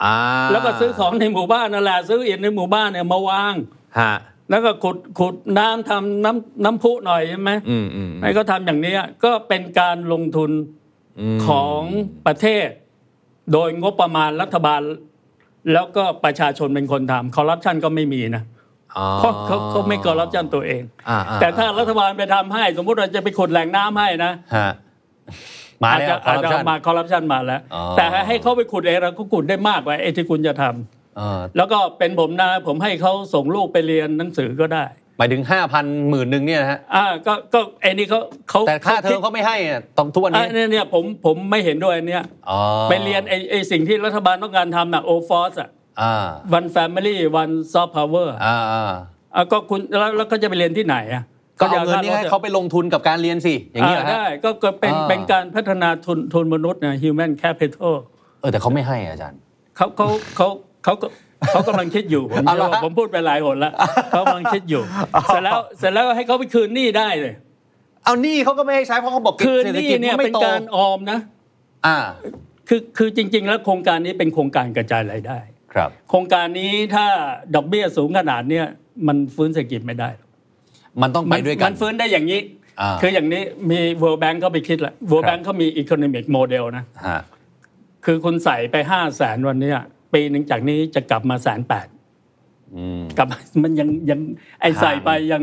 B: อ่า
C: แล้วก็ซื้อของในหมู่บ้านนั่นแหละซื้ออิฐในหมู่บ้านเนี่ยมาวาง
B: ฮะ
C: แล้วก็ขุดขุดน้ำทำน้ำน้ำพุหน่อยใช่ไหม
B: อืมอืมอืม
C: ไอ้ก็ทำอย่างเนี้ยก็เป็นการลงทุน
B: ม
C: ของประเทศ โดยงบประมาณรัฐบาล แล้วก็ประชาชนเป็นคนทำคอร์รัปชันก็ไม่มีนะ
B: อ๋อ
C: เพราะเขาเขาไม่กอรับจันตัวเอง
B: อ่อ่
C: แต่ถ้ารัฐบาลไปทำให้ สมมุติเราจะไปขุดแหล่งน้ำให้นะ
B: ฮะ มา
C: อาจ
B: แล้
C: จะ
B: วคอ
C: อาจ
B: รัป
C: จะ
B: ชัน
C: มาคอร์รัปชันมาแล้ว
B: อ๋อ
C: แต่ให้เขาไปขุดเองเราก็ขุดได้มากกว่าไอ้ที่คุณจะทำแล้วก็เป็นผมนะผมให้เขาส่งลูกไปเรียนหนังสือก็ได้
B: หมายถึงห้าพันหมื่นหนึ่งเนี่ยนะฮะ
C: อ่าก็ก็ไอ้นี่เขาเขา
B: แต่ค่าเทอมเขาไม่ให้อะตองทุกวัน
C: อ่า
B: นี้
C: เนี่ยเนี่ยผมผมไม่เห็นด้วยอันเนี่ย
B: อ๋อ
C: ไปเรียนไอ้ไอ้สิ่งที่รัฐบาลต้องการทำน่ะโอฟอสอ่ะ
B: อ่า
C: วันแฟมิลี่วันซอฟต์พาวเวอร์
B: อ่าอ่า
C: อ่ะก็คุณแล้วแล้วก็จะไปเรียนที่ไหนอ่ะ
B: ก็เอาเงินนี้ให้เขาไปลงทุนกับการเรียนสิอย่างนี้เหรอฮะ
C: ได้ก็ก็เป็น
B: อ่า
C: เป็นการพัฒนาทุนทุนมนุษย์นะ human capital
B: เออแต่เขาไม่ให้อะอาจารย์
C: เขาเขาเขาเขาก็เขากำลังคิดอยู่ผม
B: เอา
C: เชื่อ
B: ละ
C: ว่าผมพูดไปหลายหนแล้วเขากำลังคิดอยู่ เสร็จแล้วเสร็จแล้วให้เขาไปคืนหนี้ได้เลย
B: เอาหนี่เขาก็ไม่ให้ใช้เพราะเขาบอก
C: คืนหนี้เนี่ย
B: ศรษฐ
C: เป็น
B: จมัไม่โต
C: การออมนะ
B: อ่า
C: คือคือจริง ๆ แล้วโครงการนี้เป็นโครงการกระจายรายได้
B: ครับ
C: โครงการนี้ถ้าดอกเบี้ยสูงขนาดเนี้ยมันฟื้นเศรษฐกิจไม่ได้
B: มันต้องไป
C: มั
B: ด้วยกั
C: มัน นฟื้นได้อย่างนี้
B: อ่า
C: คืออย่างนี้มี World Bank ก็ไปคิดละ World
B: ครับ
C: Bank เขามี Economic Model นะ
B: ฮะ
C: คือคุณใส่ไป5 0 0แสนวันเนี้ยปีหนึ่งจากนี้จะกลับมาแสนแปด
B: อืม
C: กับ มันยังยังไอ
B: ห่าง
C: ใส่ไปยัง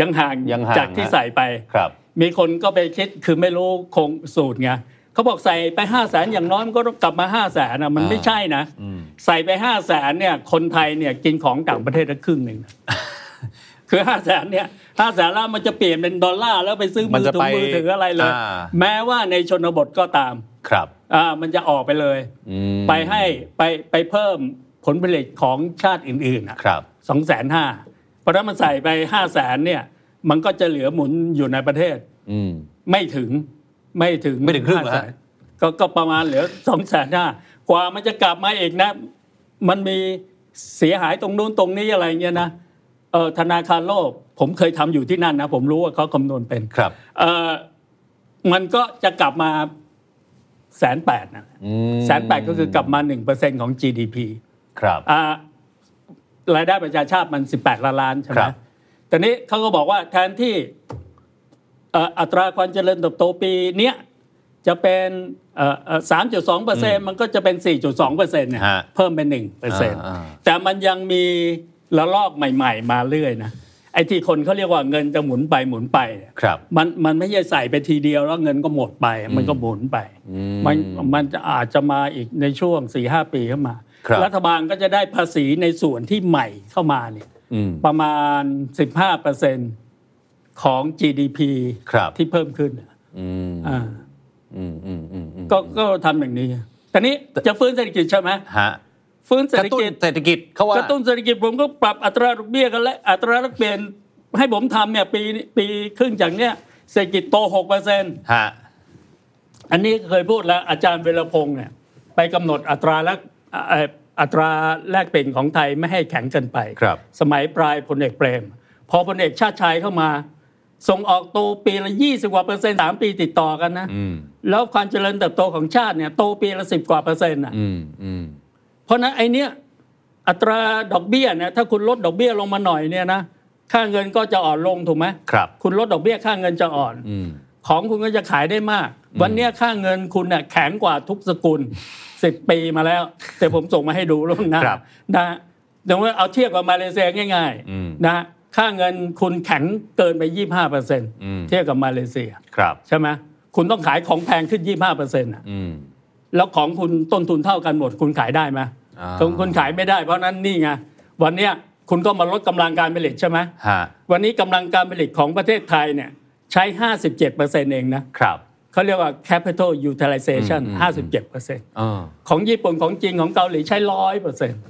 C: ยังห่าง
B: ยังห่าง
C: จากที่
B: ฮะ
C: ใส่ไป
B: ครับ
C: มีคนก็ไปคิดคือไม่รู้คงสูตรไงเขาบอกใส่ไปห้าแสนอย่างน้อยมันก็ต้องกลับมาห้าแสนนะมัน
B: อ่า
C: ไม่ใช่นะ ใส่ไปห้าแสนเนี่ยคนไทยเนี่ยกินของต่างประเทศละครึ่งหนึ่งนะ คือห้าแสนเนี่ยห้าแสนแล้วมันจะเปลี่ยนเป็นดอลลาร์แล้วไปซื้อมือถือมือถืออะไรเลย แม้ว่าในชนบทก็ตาม
B: ครับ
C: อ่ามันจะออกไปเลย
B: อืม
C: ไปให้ไปไปเพิ่มผลผลิตของชาติอื่นๆอะ
B: ครับ
C: สองแสนห้าเพราะถ้ามันใส่ไปห้าแสนเนี่ย มันก็จะเหลือหมุนอยู่ในประเทศ
B: อืม
C: ไม่ถึงไม่ถึง
B: ไม่ถึงครึ่งเหรอฮะ
C: 500,000ก็ก็ประมาณเหลือสองแสนห้ากว่ามันจะกลับมาอีกนะ มันมีเสียหายตรงนู้นตรงนี้อะไรเงี้ยนะเออธนาคารโลก ผมเคยทำอยู่ที่นั่นนะ ผมรู้ว่าเขาคำนวณเป็น
B: ครับ
C: เออมันก็จะกลับมาแสนแปดนะ
B: อืม
C: แสนแปดก็คือกลับมาหนึ่งเปอร์เซ็นของ GDP
B: ครับ
C: อ่ารายได้ประชาชาติมัน 18 ล้านล้านใช่ไห
B: ค
C: ม
B: รับ
C: แต่นี้เขาก็บอกว่าแทนที่เอ่ออัตราความเจริญเติบโตปีเนี้ยจะเป็นเอ่อเอ่อ3.2เปอร์เซ็นต์มันก็จะเป็น 4.2เปอร์เซ็นต์เนี่ยเพิ่มเป็น1เปอร์เซ็นต์
B: อ่า
C: แต่มันยังมีระลอกใหม่ ๆ มาเรื่อยนะไอ้ที่คนเขาเรียกว่าเงินจะหมุนไปหมุนไปเนี่ย
B: ๆครับ
C: มันมันไม่ใช่ใส่ไปทีเดียวแล้วเงินก็หมดไป มันก็หมุนไป
B: อืม
C: มันมันจะอาจจะมาอีกในช่วง4ี่หปีเข้ามา
B: ครับ
C: ฐบาลก็จะได้ภาษีในส่วนที่ใหม่เข้ามาเนี่ย
B: อืม
C: ประมาณ 15%ของ GDP
B: ครับ
C: ที่เพิ่มขึ้น
B: อืม
C: อ่า
B: อืมอืมอืมอืม
C: ก็ก็ทำอย่างนี้แต่นี้จะฟื้นเศรษฐกิจใช่ไหม
B: ฮะ
C: ฟื้นเศรษ
B: กระ
C: ฐ
B: ตุ้น
C: กิจ
B: เศรษฐกิจเขาว่าก
C: ระตุ้นเศรษฐกิจผมก็ปรับอัตราดอกเบี้ยกันและอัตราแลกเปลี่ยนให้ผมทำเนี่ยปีปีครึ่งจากเนี้ยเศรษฐกิจโต 6%อ
B: ฮะ
C: ันนี้เคยพูดแล้วอาจารย์เวรพงษ์เนี่ยไปกำหนดอัตราแลกเอ่ออัตราแลกเปลี่ยนของไทยไม่ให้แข็งเกินไป
B: ครับ
C: สมัยปลายพลเอกเปรม พอพลเอกชาติชายเข้ามา ส่งออกโตปีละ 20 กว่าเปอร์เซ็นต์สามปีติดต่อกันนะ
B: อืม
C: แล้วความเจริญเติบโตของชาติเนี่ยโตปีละ 10 กว่าเปอร์เซ็นต์อ่ะ
B: อืมอืม
C: เพราะฉะนั้นไอเนี้ยอัตราดอกเบี้ยเนี่ยถ้าคุณลดดอกเบี้ยลงมาหน่อยเนี่ยนะค่าเงินก็จะอ่อนลงถูกไหม
B: ครับ
C: คุณลดดอกเบี้ยค่าเงินจะอ่อน
B: อืม
C: ของคุณก็จะขายได้มาก วันเนี้ยค่าเงินคุณเนี่ยแข็งกว่าทุกสกุลสิบปีมาแล้ว แต่ผมส่งมาให้ดูล่วงหน้านะแต่ว่าเอาเทียบกับมาเลเซียง่าย
B: อืม
C: ๆนะค่าเงินคุณแข็งเกินไป 25เปอร์เซ็นต์
B: อืม
C: เทียบกับมาเลเซีย
B: ครับ
C: ใช่ไหมคุณต้องขายของแพงขึ้น 25เปอร์เซ็นต์
B: อืม
C: แล้วของคุณต้นทุนเท่ากันหมด คุณขายได้ไหม
B: อ่า
C: คุณคุณขายไม่ได้เพราะนั้นนี่ไงวันเนี้ยคุณก็มาลดกำลังการผลิตใช่ไหม
B: ฮะ
C: วันนี้กำลังการผลิตของประเทศไทยเนี่ยใช้57เปอร์เซ็นต์เองนะ
B: ครับ
C: เขาเรียกว่า capital utilization
B: อืม
C: 57%
B: อ่า
C: ของญี่ปุ่นของจีนของเกาหลีใช้ร้อยเปอร์เซ็นต์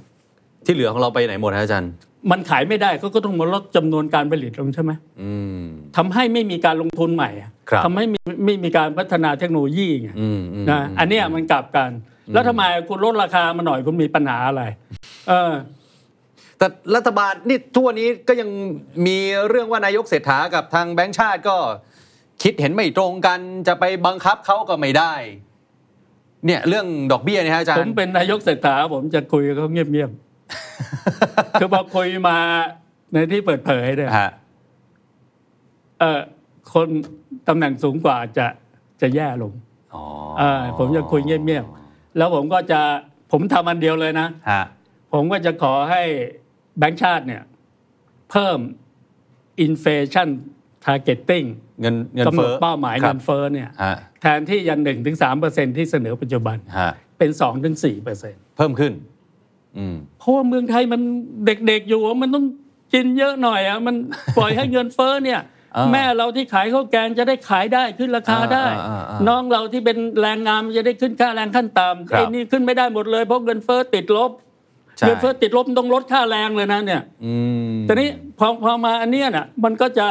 B: ที่เหลือของเราไปไหนหมดฮะอาจารย์
C: มันขายไม่ได้เขาก็ต้องมาลดจำนวนการผลิตลงใช่ไหม
B: อืม
C: ทำให้ไม่มีการลงทุนใหม่อะ
B: ครับ
C: ทำให้ไม่ไม่มีการพัฒนาเทคโนโลยีไง
B: อืมอืม
C: นะอันเนี้ยมันกลับกัน แล้วทำไมคุณลดราคามาหน่อยคุณมีปัญหาอะไร เออ
B: แต่รัฐบาลนี่ทั่วนนี้ก็ยังมีเรื่องว่านายกเศรษฐากับทางแบงค์ชาติก็ คิดเห็นไม่ตรงกันจะไปบังคับเขาก็ไม่ได้ เนี่ยเรื่องดอกเบี้ยเนี่ยฮะอาจาร
C: ผม
B: ย์
C: เป็นนายกเศรษฐาผมจะคุยกับเขาเงียบ ๆ คือพอคุยมาในที่เปิดเผยเนี่ย
B: ฮะ
C: เออคนตำแหน่งสูงกว่าจะจะแย่ลง
B: อ๋อ
C: เออผมจะคุยเงียบๆ แล้วผมก็จะผมทำอันเดียวเลยนะ
B: ฮะ
C: ผมก็จะขอให้แบงค์ชาติเนี่ย เพิ่ม inflation targeting
B: เงินเงิน
C: กำหน
B: เฟ้
C: ด
B: อ
C: เป้าหมาย
B: ครับ
C: เงินเฟ้อเนี่ย
B: ฮะ
C: แทนที่ยังหนึ่งถึงสามเปอร์เซ็นที่เสนอปัจจุบัน
B: ฮะ
C: เป็นสองถึงสี่เปอร์เซ็น
B: เพิ่มขึ้น อืม
C: เพราะว่าเมืองไทยมันเด็กๆอยู่อะมันต้องกินเยอะหน่อยอ่ะ มัน ปล่อยให้เงินเฟ้อเนี่ย
B: อ่า
C: แม่เราที่ขายข้าวแกงจะได้ขายได้ขึ้นราคาได้
B: อ่าอ่าอ่า
C: น้องเราที่เป็นแรงงานจะได้ขึ้นค่าแรงขั้น
B: ครั
C: ต่ำ
B: บ
C: ไอ้นี่ขึ้นไม่ได้หมดเลยเพราะเงินเฟ้อติดลบ
B: ใช่
C: เงินเฟ้อติดลบมันต้องลดค่าแรงเลยนะเนี่ย
B: อืม
C: ตอนนี้พอพอมาอันเนี้ยน่ะมันก็จะ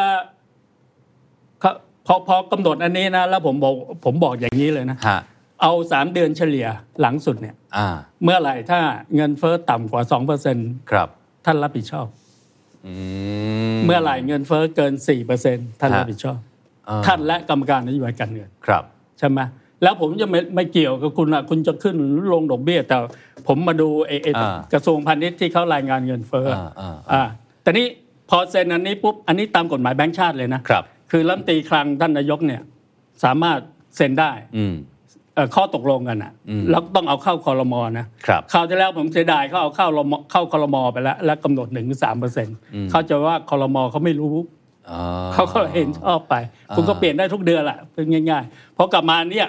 C: ครับพอพอกำหนดอันนี้นะแล้วผมบอกผมบอกอย่างนี้เลยนะ
B: ฮะ
C: เอาสามเดือนเฉลี่ยหลังสุดเนี่ย
B: อ่า
C: เมื่อไหร่ถ้าเงินเฟ้อต่ำกว่าสองเปอร์เซ็น
B: ครับ
C: ท่านรับผิดชอบ
B: อื
C: เมื่อไหร่เงินเฟ้อเกินสี่เปอร์เซ็นท่านรับผิดชอบ
B: อ่
C: ท่านและกรรมการนโยบายการเงิน
B: ครับ
C: ใช่ไหมแล้วผมจะไม่ไม่เกี่ยวกับคุณอ่ะคุณจะขึ้นหรือลงดอกเบี้ย แต่ผมมาดูไอ้ไอ้
B: อ่าก
C: ระทรวงพาณิชย์ที่เขารายงานเงินเฟ้ออา
B: อ่า
C: อ่าแต่นี้พอเซ็นอันนี้ปุ๊บอันนี้ตามกฎหมายแบงก์ชาติเลยนะ
B: ครับ
C: คือรัฐมนตรีคลังท่านนายกเนี่ยสามารถเซ็นได้
B: อืม
C: เอ่อข้อตกลงกันอ่ะแล้วต้องเอาเข้าคอรมอนะครับ คราวที่แล้วผมเสียดายเขาเอาเข้าลมเข้าคอรมอไปแล้ว และกำหนดหนึ่งสามเปอร์เซ็นต์เขาจะว่าคอรมอเขาไม่รู้
B: อ๋อ
C: เขาก็เห็นชอบไป คุณก็เปลี่ยนได้ทุกเดือนแหละเป็นง่ายๆเพราะกลับมาเนี่ย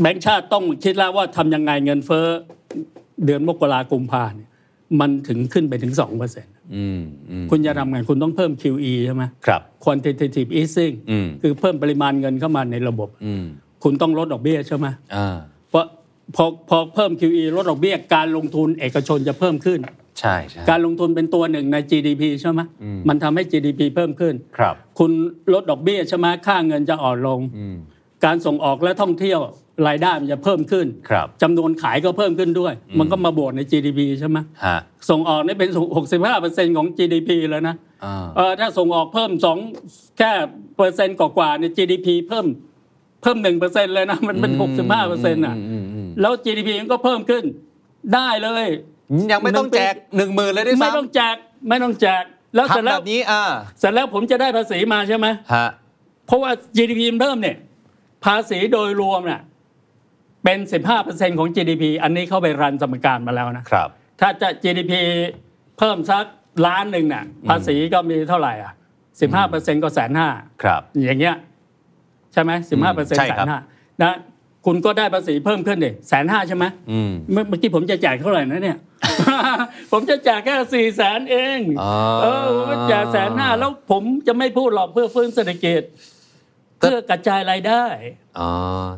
C: แบงค์ชาติต้องคิดแล้วว่าทำยังไงเงินเฟ้อเดือนมกราคมพาเนี่ยมันถึงขึ้นไปถึงสองเปอร์เซ็นต์
B: อืมอืม
C: คุณจะทำไงคุณต้องเพิ่ม QE ใช่ไหม
B: ครับ
C: quantitative easing
B: อืม
C: คือเพิ่มปริมาณเงินเข้ามาในระบบ
B: อืม
C: คุณต้องลดดอกเบี้ยใช่ไหม
B: อ่า
C: เพราะพอพอเพิ่ม QE ลดดอกเบี้ยการลงทุนเอกชนจะเพิ่มขึ้น
B: ใช่ใช่
C: การลงทุนเป็นตัวหนึ่งใน GDP ใช่ไหมมันทำให้ GDP เพิ่มขึ้น
B: ครับ
C: คุณลดดอกเบี้ยใช่ไหมค่าเงินจะอ่อนลง
B: อืม
C: การส่งออกและท่องเที่ยวรายได้มันจะเพิ่มขึ้น
B: ครับ
C: จำนวนขายก็เพิ่มขึ้นด้วย มันก็มาบวกใน GDP ใช่ไหม
B: ฮะ
C: ส่งออกนี่เป็น 65%ของ GDP แล้วนะ
B: อ่า
C: เออถ้าส่งออกเพิ่มสองแค่เปอร์เซ็นต์กว่าๆใน GDP เพิ่มเพิ่มหนึ่งเปอร์เซ็นต์เลยนะ มันเป็น
B: อืม
C: หกสิบห้าเปอร์เซ็นต์อ่ะ
B: อืมอืมอืม
C: แล้ว GDP มันก็เพิ่มขึ้นได้เลย
B: ยังไม่ต้องแจกหนึ่งหมื่นเลยด้วย
C: ไม่
B: ซ้ำ
C: ต้องแจกไม่ต้องแจกแล้วเสร็จ
B: ทำแบ
C: แล้ว
B: บนี้ อ่า
C: เสร็จแล้วผมจะได้ภาษีมาใช่ไหม
B: ฮะ
C: เพราะว่า GDP มันเพิ่มเนี่ย ภาษีโดยรวมน่ะเป็นสิบห้าเปอร์เซ็นต์ของ GDP อันนี้เข้าไปรันสมการมาแล้วนะ
B: ครับ
C: ถ้าจะ GDP เพิ่มสักล้านหนึ่งน่ะภาษีก็มีเท่าไหร่อ่ะสิบห้าเปอร์เซ็นต์ก็แสนห้า
B: ครับ
C: อย่างเงี้ยใช่ไหมสิบห้าเปอร์เซ็นต์
B: ใช่
C: แส
B: ครั
C: น
B: บ
C: ห้านะคุณก็ได้ภาษีเพิ่มขึ้นดิแสนห้าใช่ไหม
B: อืม
C: เมื่อเมื่อกี้ผมจะจ่ายเท่าไหร่นะ เนี่ย ผมจะจ่ายแค่สี่แสนเอง
B: อ๋อ
C: เออผมจะจ่ายแสนห้าแล้วผมจะไม่พูดหรอกเพื่อฟื้นเศรษฐกิจเพื่อกระจายรายได้
B: อ๋อ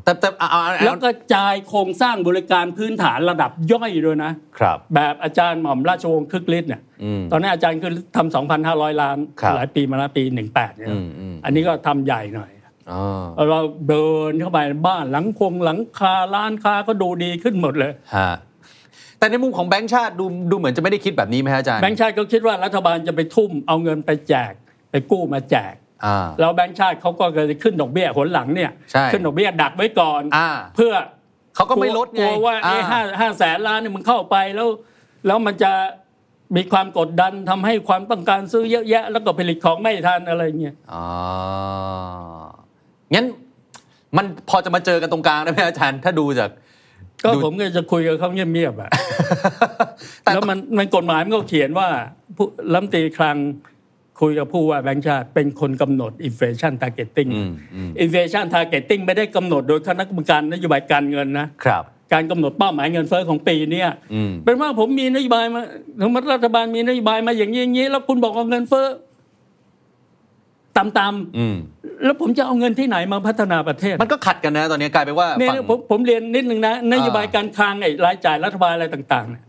B: แต่แต่เอาเอาเอา
C: แล้วกระจายโครงสร้างบริการพื้นฐานระดับย่อยด้วยนะ
B: ครับ
C: แบบอาจารย์หม่อมราชวงศ์คึกฤทธิ์เนี่ย
B: อืม
C: ตอนนี้นอาจารย์คือทำสองพันห้าร้อยล้าน
B: ครับ
C: หลายปีมาแล้วปีหนึ่งแปดเนี่ย
B: อืมอืม
C: อันนี้ก็ทำใหญ่หน่อย
B: อ๋อ
C: เราเดินเข้าไปบ้านหลังคงหลังคาร้านค้าก็ดูดีขึ้นหมดเลย
B: ฮะ แต่ในมุมของแบงค์ชาติดูดูเหมือนจะไม่ได้คิดแบบนี้ไหมฮะอาจารย์
C: แบงค์ชาติก็คิดว่ารัฐบาลจะไปทุ่มเอาเงินไปแจก ไปกู้มาแจก
B: อ่า
C: แล้วแบงค์ชาติเขาก็เลยขึ้นดอกเบี้ยหนหลังเนี่ย
B: ใช่
C: ขึ้นดอกเบี้ยดักไว้ก่อน
B: อ่า
C: เพื่อ
B: เขาก็ไม่ลดไง
C: กลัวว่าไอ้
B: อ่
C: ห้าห้าแสนล้านเนี่ยมันเข้าไปแล้ว แล้วมันจะมีความกดดันทำให้ความต้องการซื้อเยอะแยะ แล้วก็ผลิตของไม่ทันอะไรเงี้ย
B: อ๋อ งั้นมันพอจะมาเจอกันตรงกลางได้ไหมอาจารย์ ถ้าดูจาก
C: ก็
B: ดู
C: ผมก็จะคุยกับเขาเงียบๆอ่ะ แล้วมันมันกฎหมายมันก็เขียนว่าผู้รัฐมนตรีคลังคุยกับผู้ว่าแบงค์ชาติเป็นคนกำหนด inflation targeting
B: อืมอืม
C: inflation targeting ไม่ได้กำหนดโดยคณะกรรมการนโยบายการเงินนะ
B: ครับ
C: การกำหนดเป้าหมายเงินเฟ้อของปีเนี่ย
B: อืม
C: เป็นว่าผมมีนโยบายมาสมมติรัฐบาลมีนโยบายมาอย่างนี้อย่างนี้ แล้วคุณบอกเอาเงินเฟ้อต่ำ
B: อืม
C: ๆแล้วผมจะเอาเงินที่ไหนมาพัฒนาประเทศ
B: มันก็ขัดกันนะ ตอนนี้กลายเป็นว่า
C: เนี่ย
B: ฝั่ง
C: ผมผมเรียนนิดนึงนะนโยบาย
B: อ่า
C: การคลังไอ้รายจ่ายรัฐบาลอะไรต่างๆเนี่ย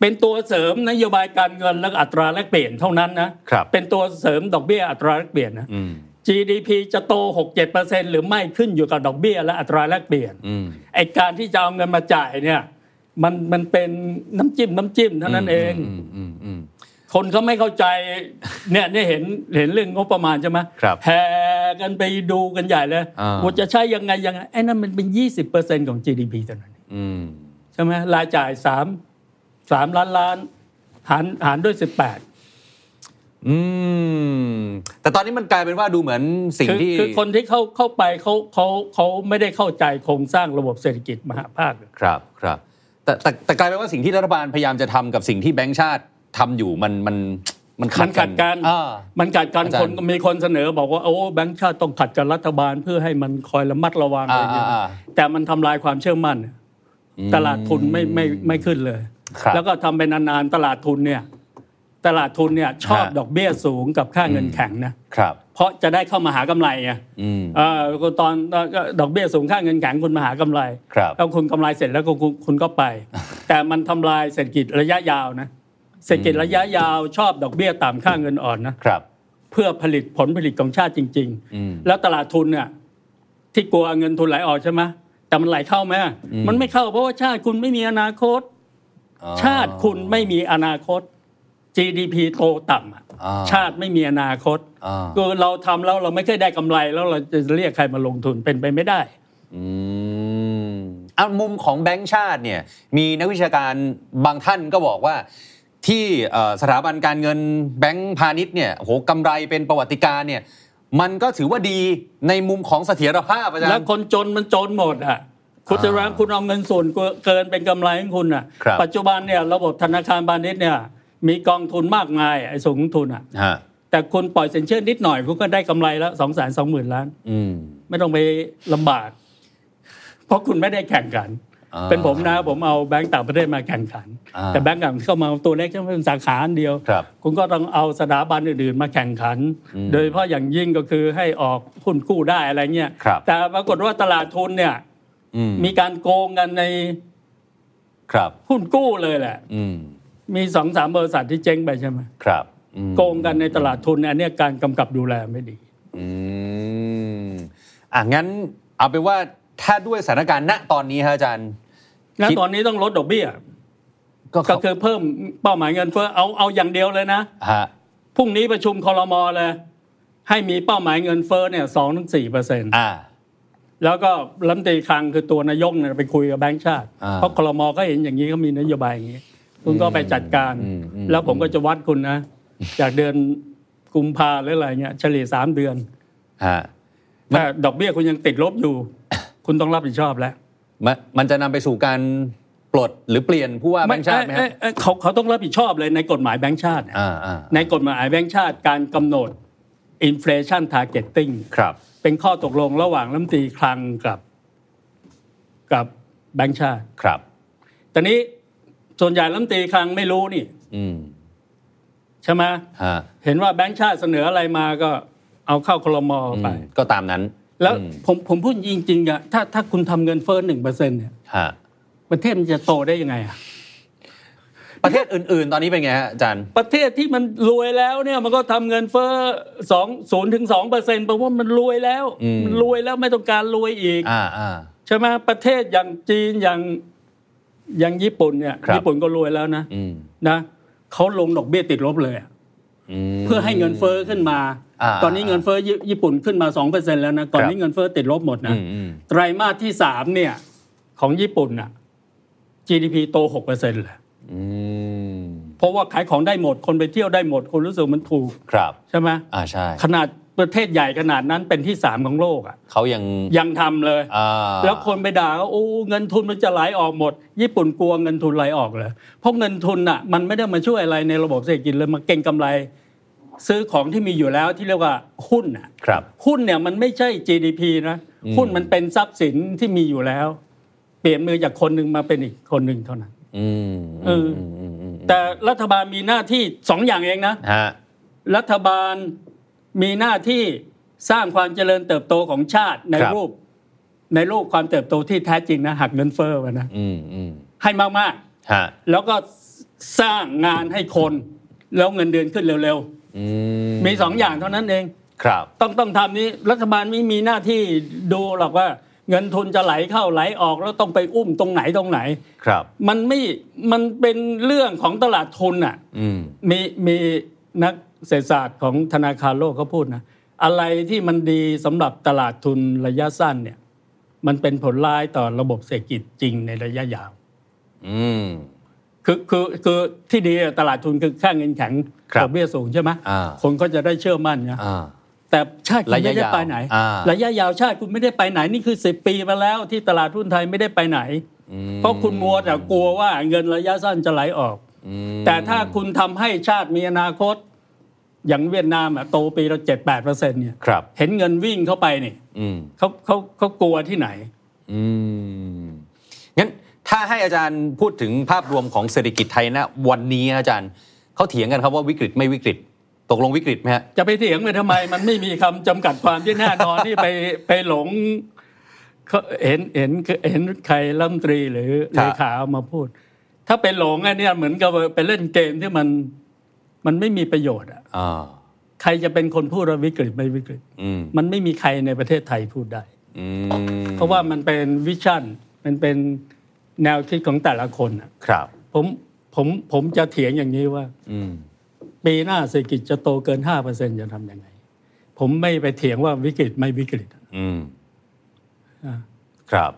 C: เป็นตัวเสริมนโยบายการเงินและอัตราแลกเปลี่ยนเท่านั้นนะครับ เป็นตัวเสริมดอกเบี้ยอัตราแลกเปลี่ยนนะ
B: อืม
C: GDP จะโต 6-7%หรือไม่ขึ้นอยู่กับดอกเบี้ยและอัตราแลกเปลี่ยน
B: อืม
C: ไอการที่จะเอาเงินมาจ่ายเนี่ยมันมันเป็นน้ำจิ้มน้ำจิ้มเท่านั้นเอง
B: อืมอืมอืม
C: คนเขาไม่เข้าใจเนี่ยเนี่ยเห็นเห็นเรื่องงบประมาณใช่ไหม
B: ครับ
C: แห่กันไปดูกันใหญ่เลย
B: อ่า
C: ว่าจะใช้ยังไงยังไงไอ้นั่นมันเป็น 20%ของ GDP เท่านั้น
B: อืม
C: ใช่ไหมรายจ่าย3 3ล้านล้านหารหารด้วย 18
B: อืม แต่ตอนนี้มันกลายเป็นว่าดูเหมือนสิ่ง
C: คือ
B: ที่
C: คือคนที่เข้าเข้าไปเขาเขาเขาไม่ได้เข้าใจโครงสร้างระบบเศรษฐกิจมหาภาค
B: ครับครับแต่แต่แต่กลายเป็นว่าสิ่งที่รัฐบาลพยายามจะทำกับสิ่งที่แบงค์ชาติทำอยู่มันมัน
D: มัน
C: มันขัดกัน
D: อ่า
C: มันขัดกัน
D: อาจารย์
C: คนมีคนเสนอบอกว่าโอ้แบงค์ชาติต้องขัดกับรัฐบาลเพื่อให้มันคอยระมัดระวังอะไรอ
D: อ่า
C: ย่างเงี้ย
D: อ่าอ่า
C: แต่มันทำลายความเชื่อมั่น ตลาดทุนไม่ไม่ไม่ขึ้นเลย
D: ครับ
C: แล้วก็ทำไปนานๆตลาดทุนเนี่ยตลาดทุนเนี่ยชอบ
D: ฮะ
C: ดอกเบี้ยสูงกับค่าเงินแข็งนะครับ เพราะจะได้เข้ามาหากำไรไง
D: อืม
C: เอ่อตอนดอกเบี้ยสูงค่าเงินแข็งคุณมาหากำไร
D: ครับ
C: แล้วคุณกำไรเสร็จแล้วก็คุณคุณก็ ไป แต่มันทำลายเศรษฐกิจระยะยาวนะเศรษฐกิจระยะยาวชอบดอกเบี้ยต่ำค่าเงินอ่อนนะครับ เพื่อผลิตผลผลิตของชาติจริง
D: อืม
C: ๆ แล้วตลาดทุนเนี่ยที่กลัวเงินทุนไหลออกใช่ไหมแต่มันไหลเข้าไหม
D: อืม
C: มันไม่เข้าเพราะว่าชาติคุณไม่มีอนาคต
D: อ๋อ
C: ชาติคุณไม่มีอนาคต GDP โตต่ำอะ
D: อ่า
C: ชาติไม่มีอนาคต
D: อ่า
C: คือเราทำแล้วเราไม่เคยได้กำไรแล้วเราจะเรียกใครมาลงทุนเป็นไปไม่ได้
D: อืมอ่ะมุมของแบงก์ชาติเนี่ยมีนักวิชาการบางท่านก็บอกว่า ที่เอ่อสถาบันการเงินแบงก์พาณิชย์เนี่ยโอ้โหกำไรเป็นประวัติการณ์เนี่ย มันก็ถือว่าดีในมุมของเสถียรภาพอาจาร
C: แล้ว
D: ย์
C: คนจนมันจนหมดอ่ะคุณจะรังคุณเอาเงินส่วนเกินเป็นกำไรของคุณอ่ะ
D: ครับ
C: ปัจจุบันเนี่ยระบบธนาคารพาณิชย์เนี่ยมีกองทุนมากมายไอ้สูงทุนอ่ะ
D: ฮะ
C: แต่คุณปล่อยสินเชื่อนิดหน่อยคุณก็ได้กำไรแล้วสองแสนสองหมื่นล้าน
D: อืม
C: ไม่ต้องไปลำบาก เพราะคุณไม่ได้แข่งกัน
D: อ่า
C: เป็นผมนะผมเอาแบงก์ต่างประเทศมาแข่งขัน
D: อ่า
C: แต่แบงก์ต่างประเทศเข้ามาตัวเล็กใช่ไหมเป็นสาขาอันเดียว
D: ครับ
C: คุณก็ต้องเอาสถาบันอื่นๆมาแข่งขัน โดยเฉพาะอย่างยิ่งก็คือให้ออกหุ้นกู้ได้อะไรเงี้ย
D: ครับ
C: แต่ปรากฏว่าตลาดทุนเนี่ย
D: อืม
C: มีการโกงกันใน
D: ครับ
C: หุ้นกู้เลยแหละ
D: อืม
C: มีสองสามบริษัทที่เจ๊งไปใช่ไหม
D: ครับอืม
C: โกงกันในตลาดทุนอันเนี้ยการกำกับดูแลไม่ดี
D: อืมอ่ะงั้นเอาเป็นว่าถ้าด้วยสถานการณ์ณตอนนี้ฮะอาจารย์
C: แล้ว
D: คิด
C: ตอนนี้ต้องลดดอกเบี้ย
D: ก็
C: ก็
D: เขา
C: คือเพิ่มเป้าหมายเงินเฟ้อเอาเอาอย่างเดียวเลยนะ
D: ฮะ
C: พรุ่งนี้ประชุมคอรมอเลย ให้มีเป้าหมายเงินเฟ้อเนี่ยสองถึงสี่เปอร์เซ็นต์
D: อ่า
C: แล้วก็รัฐมนตรีคลังคือตัวนายกเนี่ยไปคุยกับแบงก์ชาติ
D: อ่า
C: เพราะคอรมอก็เห็นอย่างนี้เขามีนโยบายอย่างนี้ คุณก็ไปจัดการ
D: อืมอืม
C: แล้วผมก็จะวัดคุณนะ จากเดือนกุมภาหรืออะไรเงี้ยเฉลี่ยสามเดือน
D: ฮะ
C: ถ้าดอกเบี้ยคุณยังติดลบอยู่ คุณต้องรับผิดชอบแล้ว
D: มันมันจะนำไปสู่การปลดหรือเปลี่ยนผู้ว่าแบงค์ชาติไหมค
C: เอ้
D: รั
C: ย
D: บ
C: เอ้ยเอ้ยเขาเขาต้องรับผิดชอบเลยในกฎหมายแบงก์ชาติ
D: อ่าอ่า
C: ในกฎหมายแบงก์ชาติการกำหนด inflation targeting
D: ครับ
C: เป็นข้อตกลงระหว่างรัฐมนตรีคลังกับกับแบงก์ชาติ
D: ครับ
C: ตอนนี้ส่วนใหญ่รัฐมนตรีคลังไม่รู้นี่
D: อืม
C: ใช่ไหม
D: ฮะ
C: เห็นว่าแบงก์ชาติเสนออะไรมาก็เอาเข้าคลมอ
D: อืม
C: ไป
D: ก็ตามนั้น
C: แล้วผมผมพูดจริงๆอะถ้าถ้าคุณทำเงินเฟ้อหนึ่งเปอร์เซ็นเนี่ย
D: ฮะ
C: ประเทศมันจะโตได้ยังไงอะ
D: ประเทศอื่น ๆ ตอนนี้เป็นไงฮะอาจารย์
C: ประเทศที่มันรวยแล้วเนี่ยมันก็ทำเงินเฟ้อสองศูนย์ถึงสองเปอร์เซ็นต์แปลว่ามันรวยแล้ว
D: อืม
C: นรวยแล้วไม่ต้องการรวยอีก
D: อ่าอ่า
C: ใช่ไหมประเทศอย่างจีนอย่างอย่างญี่ปุ่นเนี่ย
D: ครับ
C: ญี่ปุ่นก็รวยแล้วนะ
D: อืม
C: นะเขาลงดอกเบี้ยติดลบเลยอะ
D: ม
C: เพื่อให้เงินเฟ้อขึ้นมา
D: อ่า
C: ตอนนี้เงินเฟ้อญี่ญี่ปุ่นขึ้นมา2%แล้วนะก่อน
D: ครับ
C: นี้เงินเฟ้อติดลบหมดนะ
D: อืมอืม
C: ไตรมาสที่สามเนี่ยของญี่ปุ่นน่ะ GDP โต6%เเลย
D: อืม
C: เพราะว่าขายของได้หมดคนไปเที่ยวได้หมดคนรู้สึกมันถูก
D: ครับ
C: ใช่ไหม
D: อ่าใช่
C: ขนาดประเทศใหญ่ขนาดนั้นเป็นที่สามของโลกอ่ะ
D: เขายัง
C: ยังทำเลย
D: อ่า
C: แล้วคนไปด่าว่าโอ้เงินทุนมันจะไหลออกหมด ญี่ปุ่นกลัวเงินทุนไหลออกเลยเพราะเงินทุนน่ะมันไม่ได้มาช่วยอะไรในระบบเศรษฐกิจเลยมาเก็งกำไร ซื้อของที่มีอยู่แล้วที่เรียกว่าหุ้นน่ะ
D: ครับ
C: หุ้นเนี่ยมันไม่ใช่ GDP นะ
D: อืม
C: หุ้นมันเป็นทรัพย์สินที่มีอยู่แล้ว เปลี่ยนมือจากคนหนึ่งมาเป็นอีกคนหนึ่งเท่านั้น
D: อืม
C: เอออื
D: มมอืม
C: แต่รัฐบาลมีหน้าที่สองอย่างเองนะ
D: ฮะ
C: รัฐบาลมีหน้าที่สร้างความเจริญเติบโตของชาติใน
D: ครับ
C: รูป ในรูปความเติบโตที่แท้จริงนะหักเงินเฟ้อไว้นะ
D: อืมอืม
C: ให้มาก
D: ฮะ
C: ๆ แล้วก็สร้างงานให้คน แล้วเงินเดือนขึ้นเร็ว
D: อื
C: ๆ มีสองอย่างเท่านั้นเอง
D: ครับ
C: ต้องต้องทำนี้รัฐบาลไม่มีหน้าที่ดูหรอกว่า เงินทุนจะไหลเข้าไหลออกแล้วต้องไปอุ้มตรงไหนตรงไหน
D: ครับ
C: มันไม่มันเป็นเรื่องของตลาดทุนอ่ะ
D: อืม
C: มีมีนักเศรษฐศาสตร์ของธนาคารโลกเขาพูดนะอะไรที่มันดีสำหรับตลาดทุนระยะสั้นเนี่ยมันเป็นผลร้ายต่อระบบเศรษฐกิจจริงในระยะยาว
D: อืม
C: คือคือคือที่ดีอะตลาดทุนคือค่าเงินแข็ง
D: ครับ
C: ดอกเบี้ยสูงใช่ไหม
D: อ่า
C: คนก็จะได้เชื่อมั่นนะ
D: อ่า
C: แต่ชาติคุณไม่ได้
D: ระยะยาว
C: ไปไหน
D: อ่า
C: ระยะยาวชาติคุณไม่ได้ไปไหนนี่คือสิบปีมาแล้วที่ตลาดหุ้นไทยไม่ได้ไปไหน
D: อืม
C: เพราะคุณมัวแต่กลัวว่าเงินระยะสั้นจะไหลออก
D: อืม
C: แต่ถ้าคุณทำให้ชาติมีอนาคต อย่างเวียดนามอะโตปีละเจ็ดแปดเปอร์เซ็นต์เนี่ย
D: ครับ
C: เห็นเงินวิ่งเข้าไปเนี่ย
D: อืม
C: เขาเขาเขากลัวที่ไหน
D: อืม งั้นถ้าให้อาจารย์พูดถึงภาพรวมของเศรษฐกิจไทยนะ วันนี้อาจารย์เขาเถียงกันครับว่าวิกฤตไม่วิกฤต ตกลงวิกฤตไหมฮะ
C: จะไปเถียงไปทำไม มันไม่มีคำจำกัดความที่แน่นอน นี่ไปไปหลงเขาเห็นเห็นเห็นใครรัฐมนตรีหรือ
D: ครั
C: เล
D: บ
C: ขาเอามาพูด ถ้าไปหลงอันเนี้ยเหมือนกับไปเล่นเกมที่มันมันไม่มีประโยชน์อะ
D: อ่า
C: ใครจะเป็นคนพูดว่าวิกฤตไม่วิกฤต
D: อืม
C: มันไม่มีใครในประเทศไทยพูดได้
D: อืม
C: เพราะว่ามันเป็นวิชั่นมันเป็นแนวคิดของแต่ละคนอะ
D: ครับ
C: ผมผมผมจะเถียงอย่างนี้ว่า
D: อืม
C: ปีหน้าเศรษฐกิจจะโตเกิน 5%จะทำยังไง ผมไม่ไปเถียงว่าวิกฤตไม่วิกฤต
D: อืม
C: อ่า
D: ครับ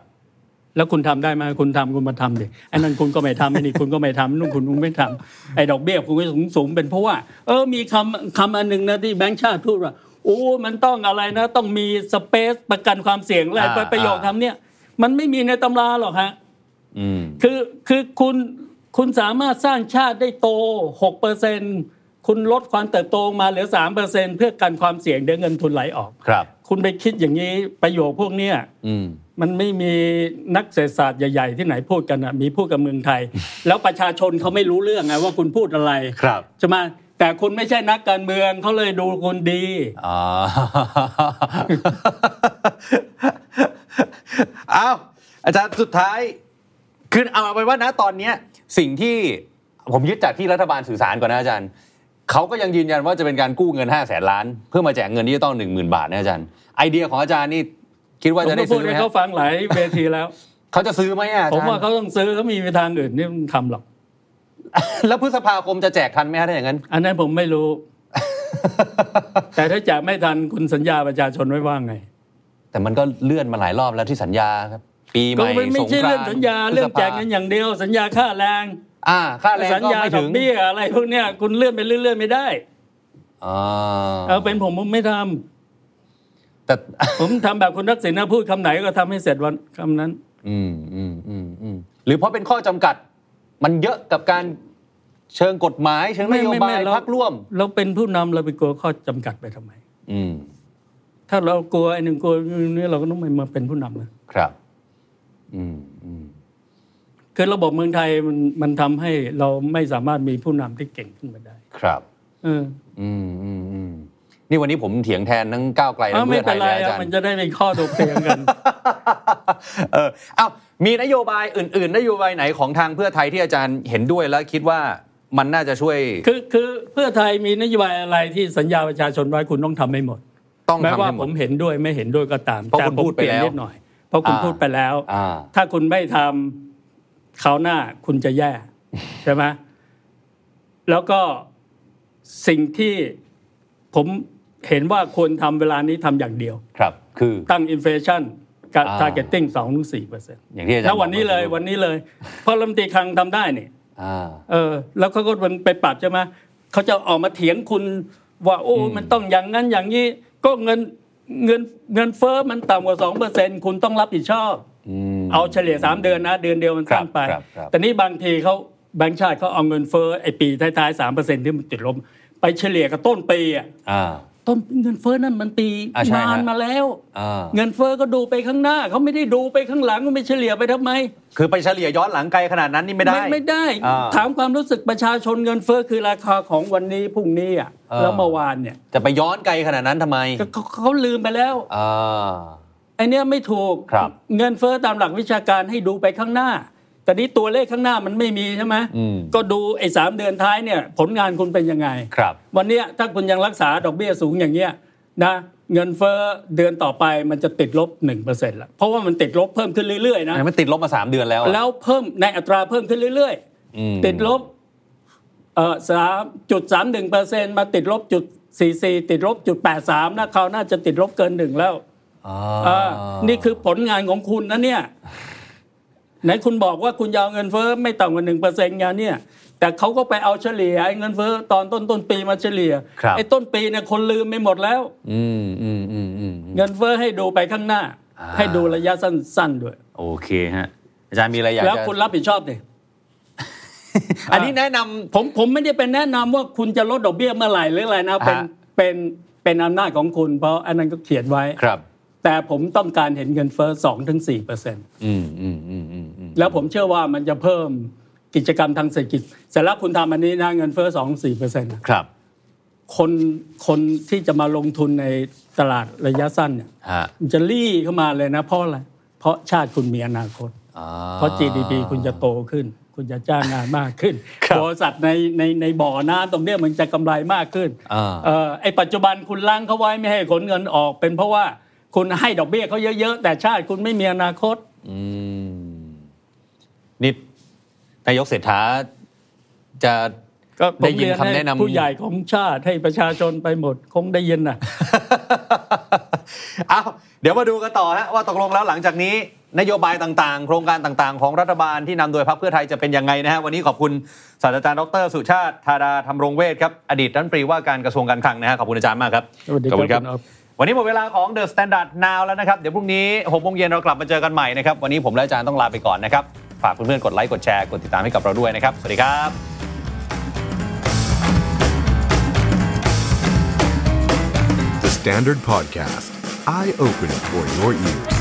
C: แล้วคุณทำได้ไหมคุณทำคุณมาทำดิไอ้นั่นคุณก็ไม่ทำไอ้นี่คุณก็ไม่ทำนู่นคุณคุณไม่ทำไอ้ดอกเบี้ยคุณก็สูงสูงเป็นเพราะว่า เออมีคำคำอันหนึ่งนะที่แบงค์ชาติพูดว่าโอ้มันต้องอะไรนะ ต้องมีสเปซประกันความเสี่ยงอะไร
D: อ่า
C: ประโยคคำเนี้ยมันไม่มีในตำราหรอกฮะ
D: อืม
C: คือคือคุณคุณสามารถสร้างชาติได้โต 6%คุณลดความเติบโตมาเหลือ 3%เพื่อกันความเสี่ยงเดี๋ยวเงินทุนไหลออก
D: ครับ
C: คุณไปคิดอย่างนี้ประโยคพวกเนี้ย
D: อืม
C: มันไม่มีนักเศรษฐศาสตร์ใหญ่ ๆ ที่ไหนพูดกันนะมีพูดกับเมืองไทย แล้วประชาชนเขาไม่รู้เรื่องไงว่าคุณพูดอะไร
D: ครับ
C: ใช่ไหมแต่คุณไม่ใช่นักการเมืองเขาเลยดูคุณดี
D: อ่า เอาอาจารย์สุดท้ายคือเอาไปนว่านะตอนเนี้ยสิ่งที่ผมยึดจากที่รัฐบาลสื่อสารก่อนนะอาจารย์เขาก็ยังยืนยันว่าจะเป็นการกู้เงิน5 0 0แสนล้าน เพื่อมาแจกเงินดิจิตอล1 0,000 บาทนะอาจารย์ ไอเดียของอาจารย์นี่คิดว่า
C: ผม
D: จะ
C: ก็
D: ได้
C: พู
D: ซื้
C: ด
D: อไหม
C: ให้
D: ครั
C: เขา
D: บ
C: ฟังหลายเวทีแล้ว
D: เขาจะซื้อไหมอะ
C: ผ
D: อา
C: ม
D: จาร
C: ว่า
D: ย์
C: เขาต้องซื้อเขามีทางอื่นที่มันทำหรอก
D: แล้วพฤษภาคมจะแจกทันไหมฮะถ้าอย่างนั้น
C: อันนั้นผมไม่รู้ แต่ถ้าจะไม่ทันคุณสัญญาประชาชนไว้ว่าไง
D: แต่มันก็เลื่อนมาหลายรอบแล้วที่สัญญาครับปีให
C: ก็
D: ม่
C: ไม่ไม่
D: สง
C: ใช่
D: กรา
C: เรื่อน ง
D: ต์
C: สัญญาเรื่องแจกเงินอย่างเดียว สัญญาค่าแรง
D: อ่าค่าแรง
C: สัญ
D: ก็
C: ญา
D: ไม่
C: ด
D: ถึ
C: อก
D: ง
C: เบี้ยอะไรพวกเนี้ยคุณเลื่อนไปเรื่อยๆไม่ได้
D: อ่า
C: เอาเป็นผมผมไม่ทำ
D: แต่
C: ผมทำแบบคุณทักษิณนะพูดคำไหนก็ทำให้เสร็จวันคำนั้น
D: อืมอืมอืมอืมหรือเพราะเป็นข้อจำกัด มันเยอะกับการเชิงกฎหมายเชิงนโยบาย
C: ไม่ไม่ไม่เรา
D: พักร่วม
C: เราเป็นผู้นำเราไปกลัวข้อจำกัดไปทำไม
D: อืม
C: ถ้าเรากลัวไอ้หนึ่งกลัวนี่เราก็ต้องไม่มาเป็นผู้นำนะครับ
D: อืมอืม
C: คือระบบเมืองไทยมันมันทำให้เราไม่สามารถมีผู้นำที่เก่งขึ้นมาได้
D: ครับ
C: เออ
D: อืมอืมอืมนี่วันนี้ผมเถียงแทนทั้งก้าวไกลทั้
C: อ้าว
D: ง
C: ไม่
D: เพื่อไท
C: เป็นไร
D: ยเลยอา
C: อ่ะ
D: จาร
C: มัน
D: ย์
C: จะได้เป็นข้อตกเถียงกัน
D: เออเอามีนโยบายอื่น ๆ นโยบายไหนของทางเพื่อไทยที่อาจารย์เห็นด้วยแล้วคิดว่ามันน่าจะช่วย
C: คือคือเพื่อไทยมีนโยบายอะไรที่สัญญาประชาชนไว้คุณต้องทำให้หมด
D: ต้อง
C: แม้
D: ทำ
C: ว่า
D: ให้หม
C: ผ
D: ด
C: มเห็นด้วยไม่เห็นด้วยก็ตาม
D: เพราะ
C: แต่
D: คุณ
C: ผม
D: พูดไป
C: เปลี่ยน
D: แล้ว
C: นิดหน่อย เพราะคุณ
D: อ่า
C: พูดไปแล้ว
D: อ่า
C: ถ้าคุณไม่ทำคราวหน้าคุณจะแย่ ใช่ไหมแล้วก็สิ่งที่ผมเห็นว่าควรทำเวลานี้ทำอย่างเดียว
D: ครับคือ
C: ตั้งอินฟลชันกับ
D: อ่า
C: targeting สองถึงสี่เปอร์เซ็นต์
D: อย่างที่อาจาร
C: ณ
D: ย์
C: วันนี้เลยวันนี้เลยเพราะรัฐมนตรีคลังทำได้เนี่ย
D: อ่า
C: เออแล้วเขาก็มันไปปรับใช่ไหมเขาจะออกมาเถียงคุณว่าโอ้มันต้องอย่างนั้นอย่างนี้ ก็เงินเงินเงินเฟ้อมันต่ำกว่าสองเปอร์เซ็นคุณต้องรับผิดชอบ
D: อืม
C: เอาเฉลี่ยสามเดือนนะ เดือนเดียวมันสั้นไป
D: ครับครับ
C: แต่นี่บางทีเขาแบงค์ชาติเขาเอาเงินเฟ้อไอปีท้ายๆสามเปอร์เซ็นที่มันติดลบไปเฉลี่ยกับต้นปีอะ
D: อ่า
C: ต้นเงินเฟ้อนั่นมันปี
D: อ่ะใช่ฮะ
C: นานมาแล้ว
D: อ่า
C: เงินเฟ้อก็ดูไปข้างหน้าเขาไม่ได้ดูไปข้างหลังว่าไปเฉลี่ยไปทำไม
D: คือไปเฉลี่ยย้อนหลังไกลขนาดนั้นนี่ไม่ได้
C: ไม่ได้
D: อ่า
C: ถามความรู้สึกประชาชนเงินเฟ้อคือราคาของวันนี้พรุ่งนี้อ่ะ
D: เออ
C: แล้วเมื่อวานเนี่ย
D: จะไปย้อนไกลขนาดนั้นทำไม
C: ก็เขาเขาลืมไปแล้ว
D: อ่า
C: ไอเนี้ยไม่ถูก
D: ครับ
C: เงินเฟ้อตามหลักวิชาการให้ดูไปข้างหน้า แต่นี้ตัวเลขข้างหน้ามันไม่มีใช่ไหม
D: อืม
C: ก็ดูไอ้สามเดือนท้ายเนี่ย ผลงานคุณเป็นยังไง
D: ครับ
C: วันเนี้ยถ้าคุณยังรักษาดอกเบี้ยสูงอย่างเงี้ยนะเงินเฟ้อเดือนต่อไปมันจะติดลบ1%นึ่งเปอร์เซ็นต์ละเพราะว่ามันติดลบเพิ่มขึ้นเรื่อยๆนะ
D: มันติดลบมา 3 เดือนแล้วอะ
C: แล้วเพิ่มในอัตราเพิ่มขึ้นเรื่อยๆ
D: อืม
C: ติดลบเอ่อสามจุดสามหนึ่งเปอร์เซ็นมาติดลบจุดสี่สี่ติดลบจุดแปดสามนะคราวหน่าจะติดลบเกินหนึ่งแล้ว
D: อ่า
C: เออนี่คือผลงานของคุณนะ เนี่ยไหนคุณบอกว่าคุณยาวเงินเฟ้อไม่ต่ำกว่าหนึ่งเปอร์เซ็นต์งานเนี่ย แต่เขาก็ไปเอาเฉลี่ยไอ้เงินเฟ้อตอนต้นต้นปีมาเฉลี่ยไอ้ต้นปีเนี่ยคนลืมไปหมดแล้ว
D: อืมอืมอืมอืม
C: เงินเฟ้อให้ดูไปข้างหน้า
D: อ่า
C: ให้ดูระยะสั้นๆด้วย
D: โอเคฮะ อาจารย์มีอะไรอยาก
C: แล้ว
D: จะ
C: คุณรับผิดชอบดิ
D: อันนี้แนะนำ
C: ผมผมไม่ได้เป็นแนะนำว่าคุณจะลดดอกเบี้ยเมื่อไหร่หรืออะไรนะเป็น
D: ฮะ
C: เป็นเป็นอำนาจของคุณ เพราะอันนั้นก็เขียนไว้
D: ครับ
C: แต่ผมต้องการเห็นเงินเฟ้อสองถึงสี่เปอร์เซ็นต์
D: อืมอืมอืมอืมอืม
C: แล้วผมเชื่อว่ามันจะเพิ่มกิจกรรมทางเศรษฐกิจเสร็จแล้วคุณทำอันนี้นะเงินเฟ้อสองสี่เปอร์เซ็นต์
D: ครับ
C: คนคนที่จะมาลงทุนในตลาดระยะสั้นเนี่ย
D: ฮะ
C: มันจะรี่เข้ามาเลยนะเพราะอะไรเพราะชาติคุณมีอนาคต
D: อ่
C: เพราะ GDP คุณจะโตขึ้น คุณจะจ้างงานมากขึ้น
D: ครับ
C: บริษัทในในในบ่อน้ำตรงเนี้ยมันจะกำไรมากขึ้น
D: อ่า
C: เอ่อไอปัจจุบันคุณล้างเขาไว้ไม่ให้ขนเงินออก เป็นเพราะว่าคุณให้ดอกเบี้ยเขาเยอะ ๆ แต่ชาติคุณไม่มีอนาคต
D: อืมนี่นายกเศรษฐาจะ
C: ก็ผม
D: ได้ยิน
C: เรียน
D: คำแนะนำ
C: ให้ผู้ใหญ่ของชาติให้ประชาชนไปหมดคงได้ยินนะ
D: เอาเดี๋ยวมาดูกันต่อฮะว่าตกลงแล้วหลังจากนี้ นโยบายต่างๆ โครงการต่างๆ ของรัฐบาลที่นำโดยพรรคเพื่อไทยจะเป็นยังไงนะฮะวันนี้ขอบคุณศาสตราจารย์ดรสุชาติธาดาธรรมรงเวชครับอดีตรัฐมนตรีว่าการกระทรวงการคลังนะฮะขอบคุณอาจารย์มากครับ
C: สวัสดีครับ
D: ขอบคุณ
C: คุณอ๊อฟ
D: วันนี้หมดเวลาของ The Standard Now แล้วนะครับ เดี๋ยวพรุ่งนี้หกโมงเย็นเรากลับมาเจอกันใหม่นะครับวันนี้ผมและอาจารย์ต้องลาไปก่อนนะครับฝากเพื่อนๆกดไลค์กดแชร์กดติดตามให้กับเราด้วยนะครับสวัสดีครับ
A: The Standard Podcast. Eye opening for your ears.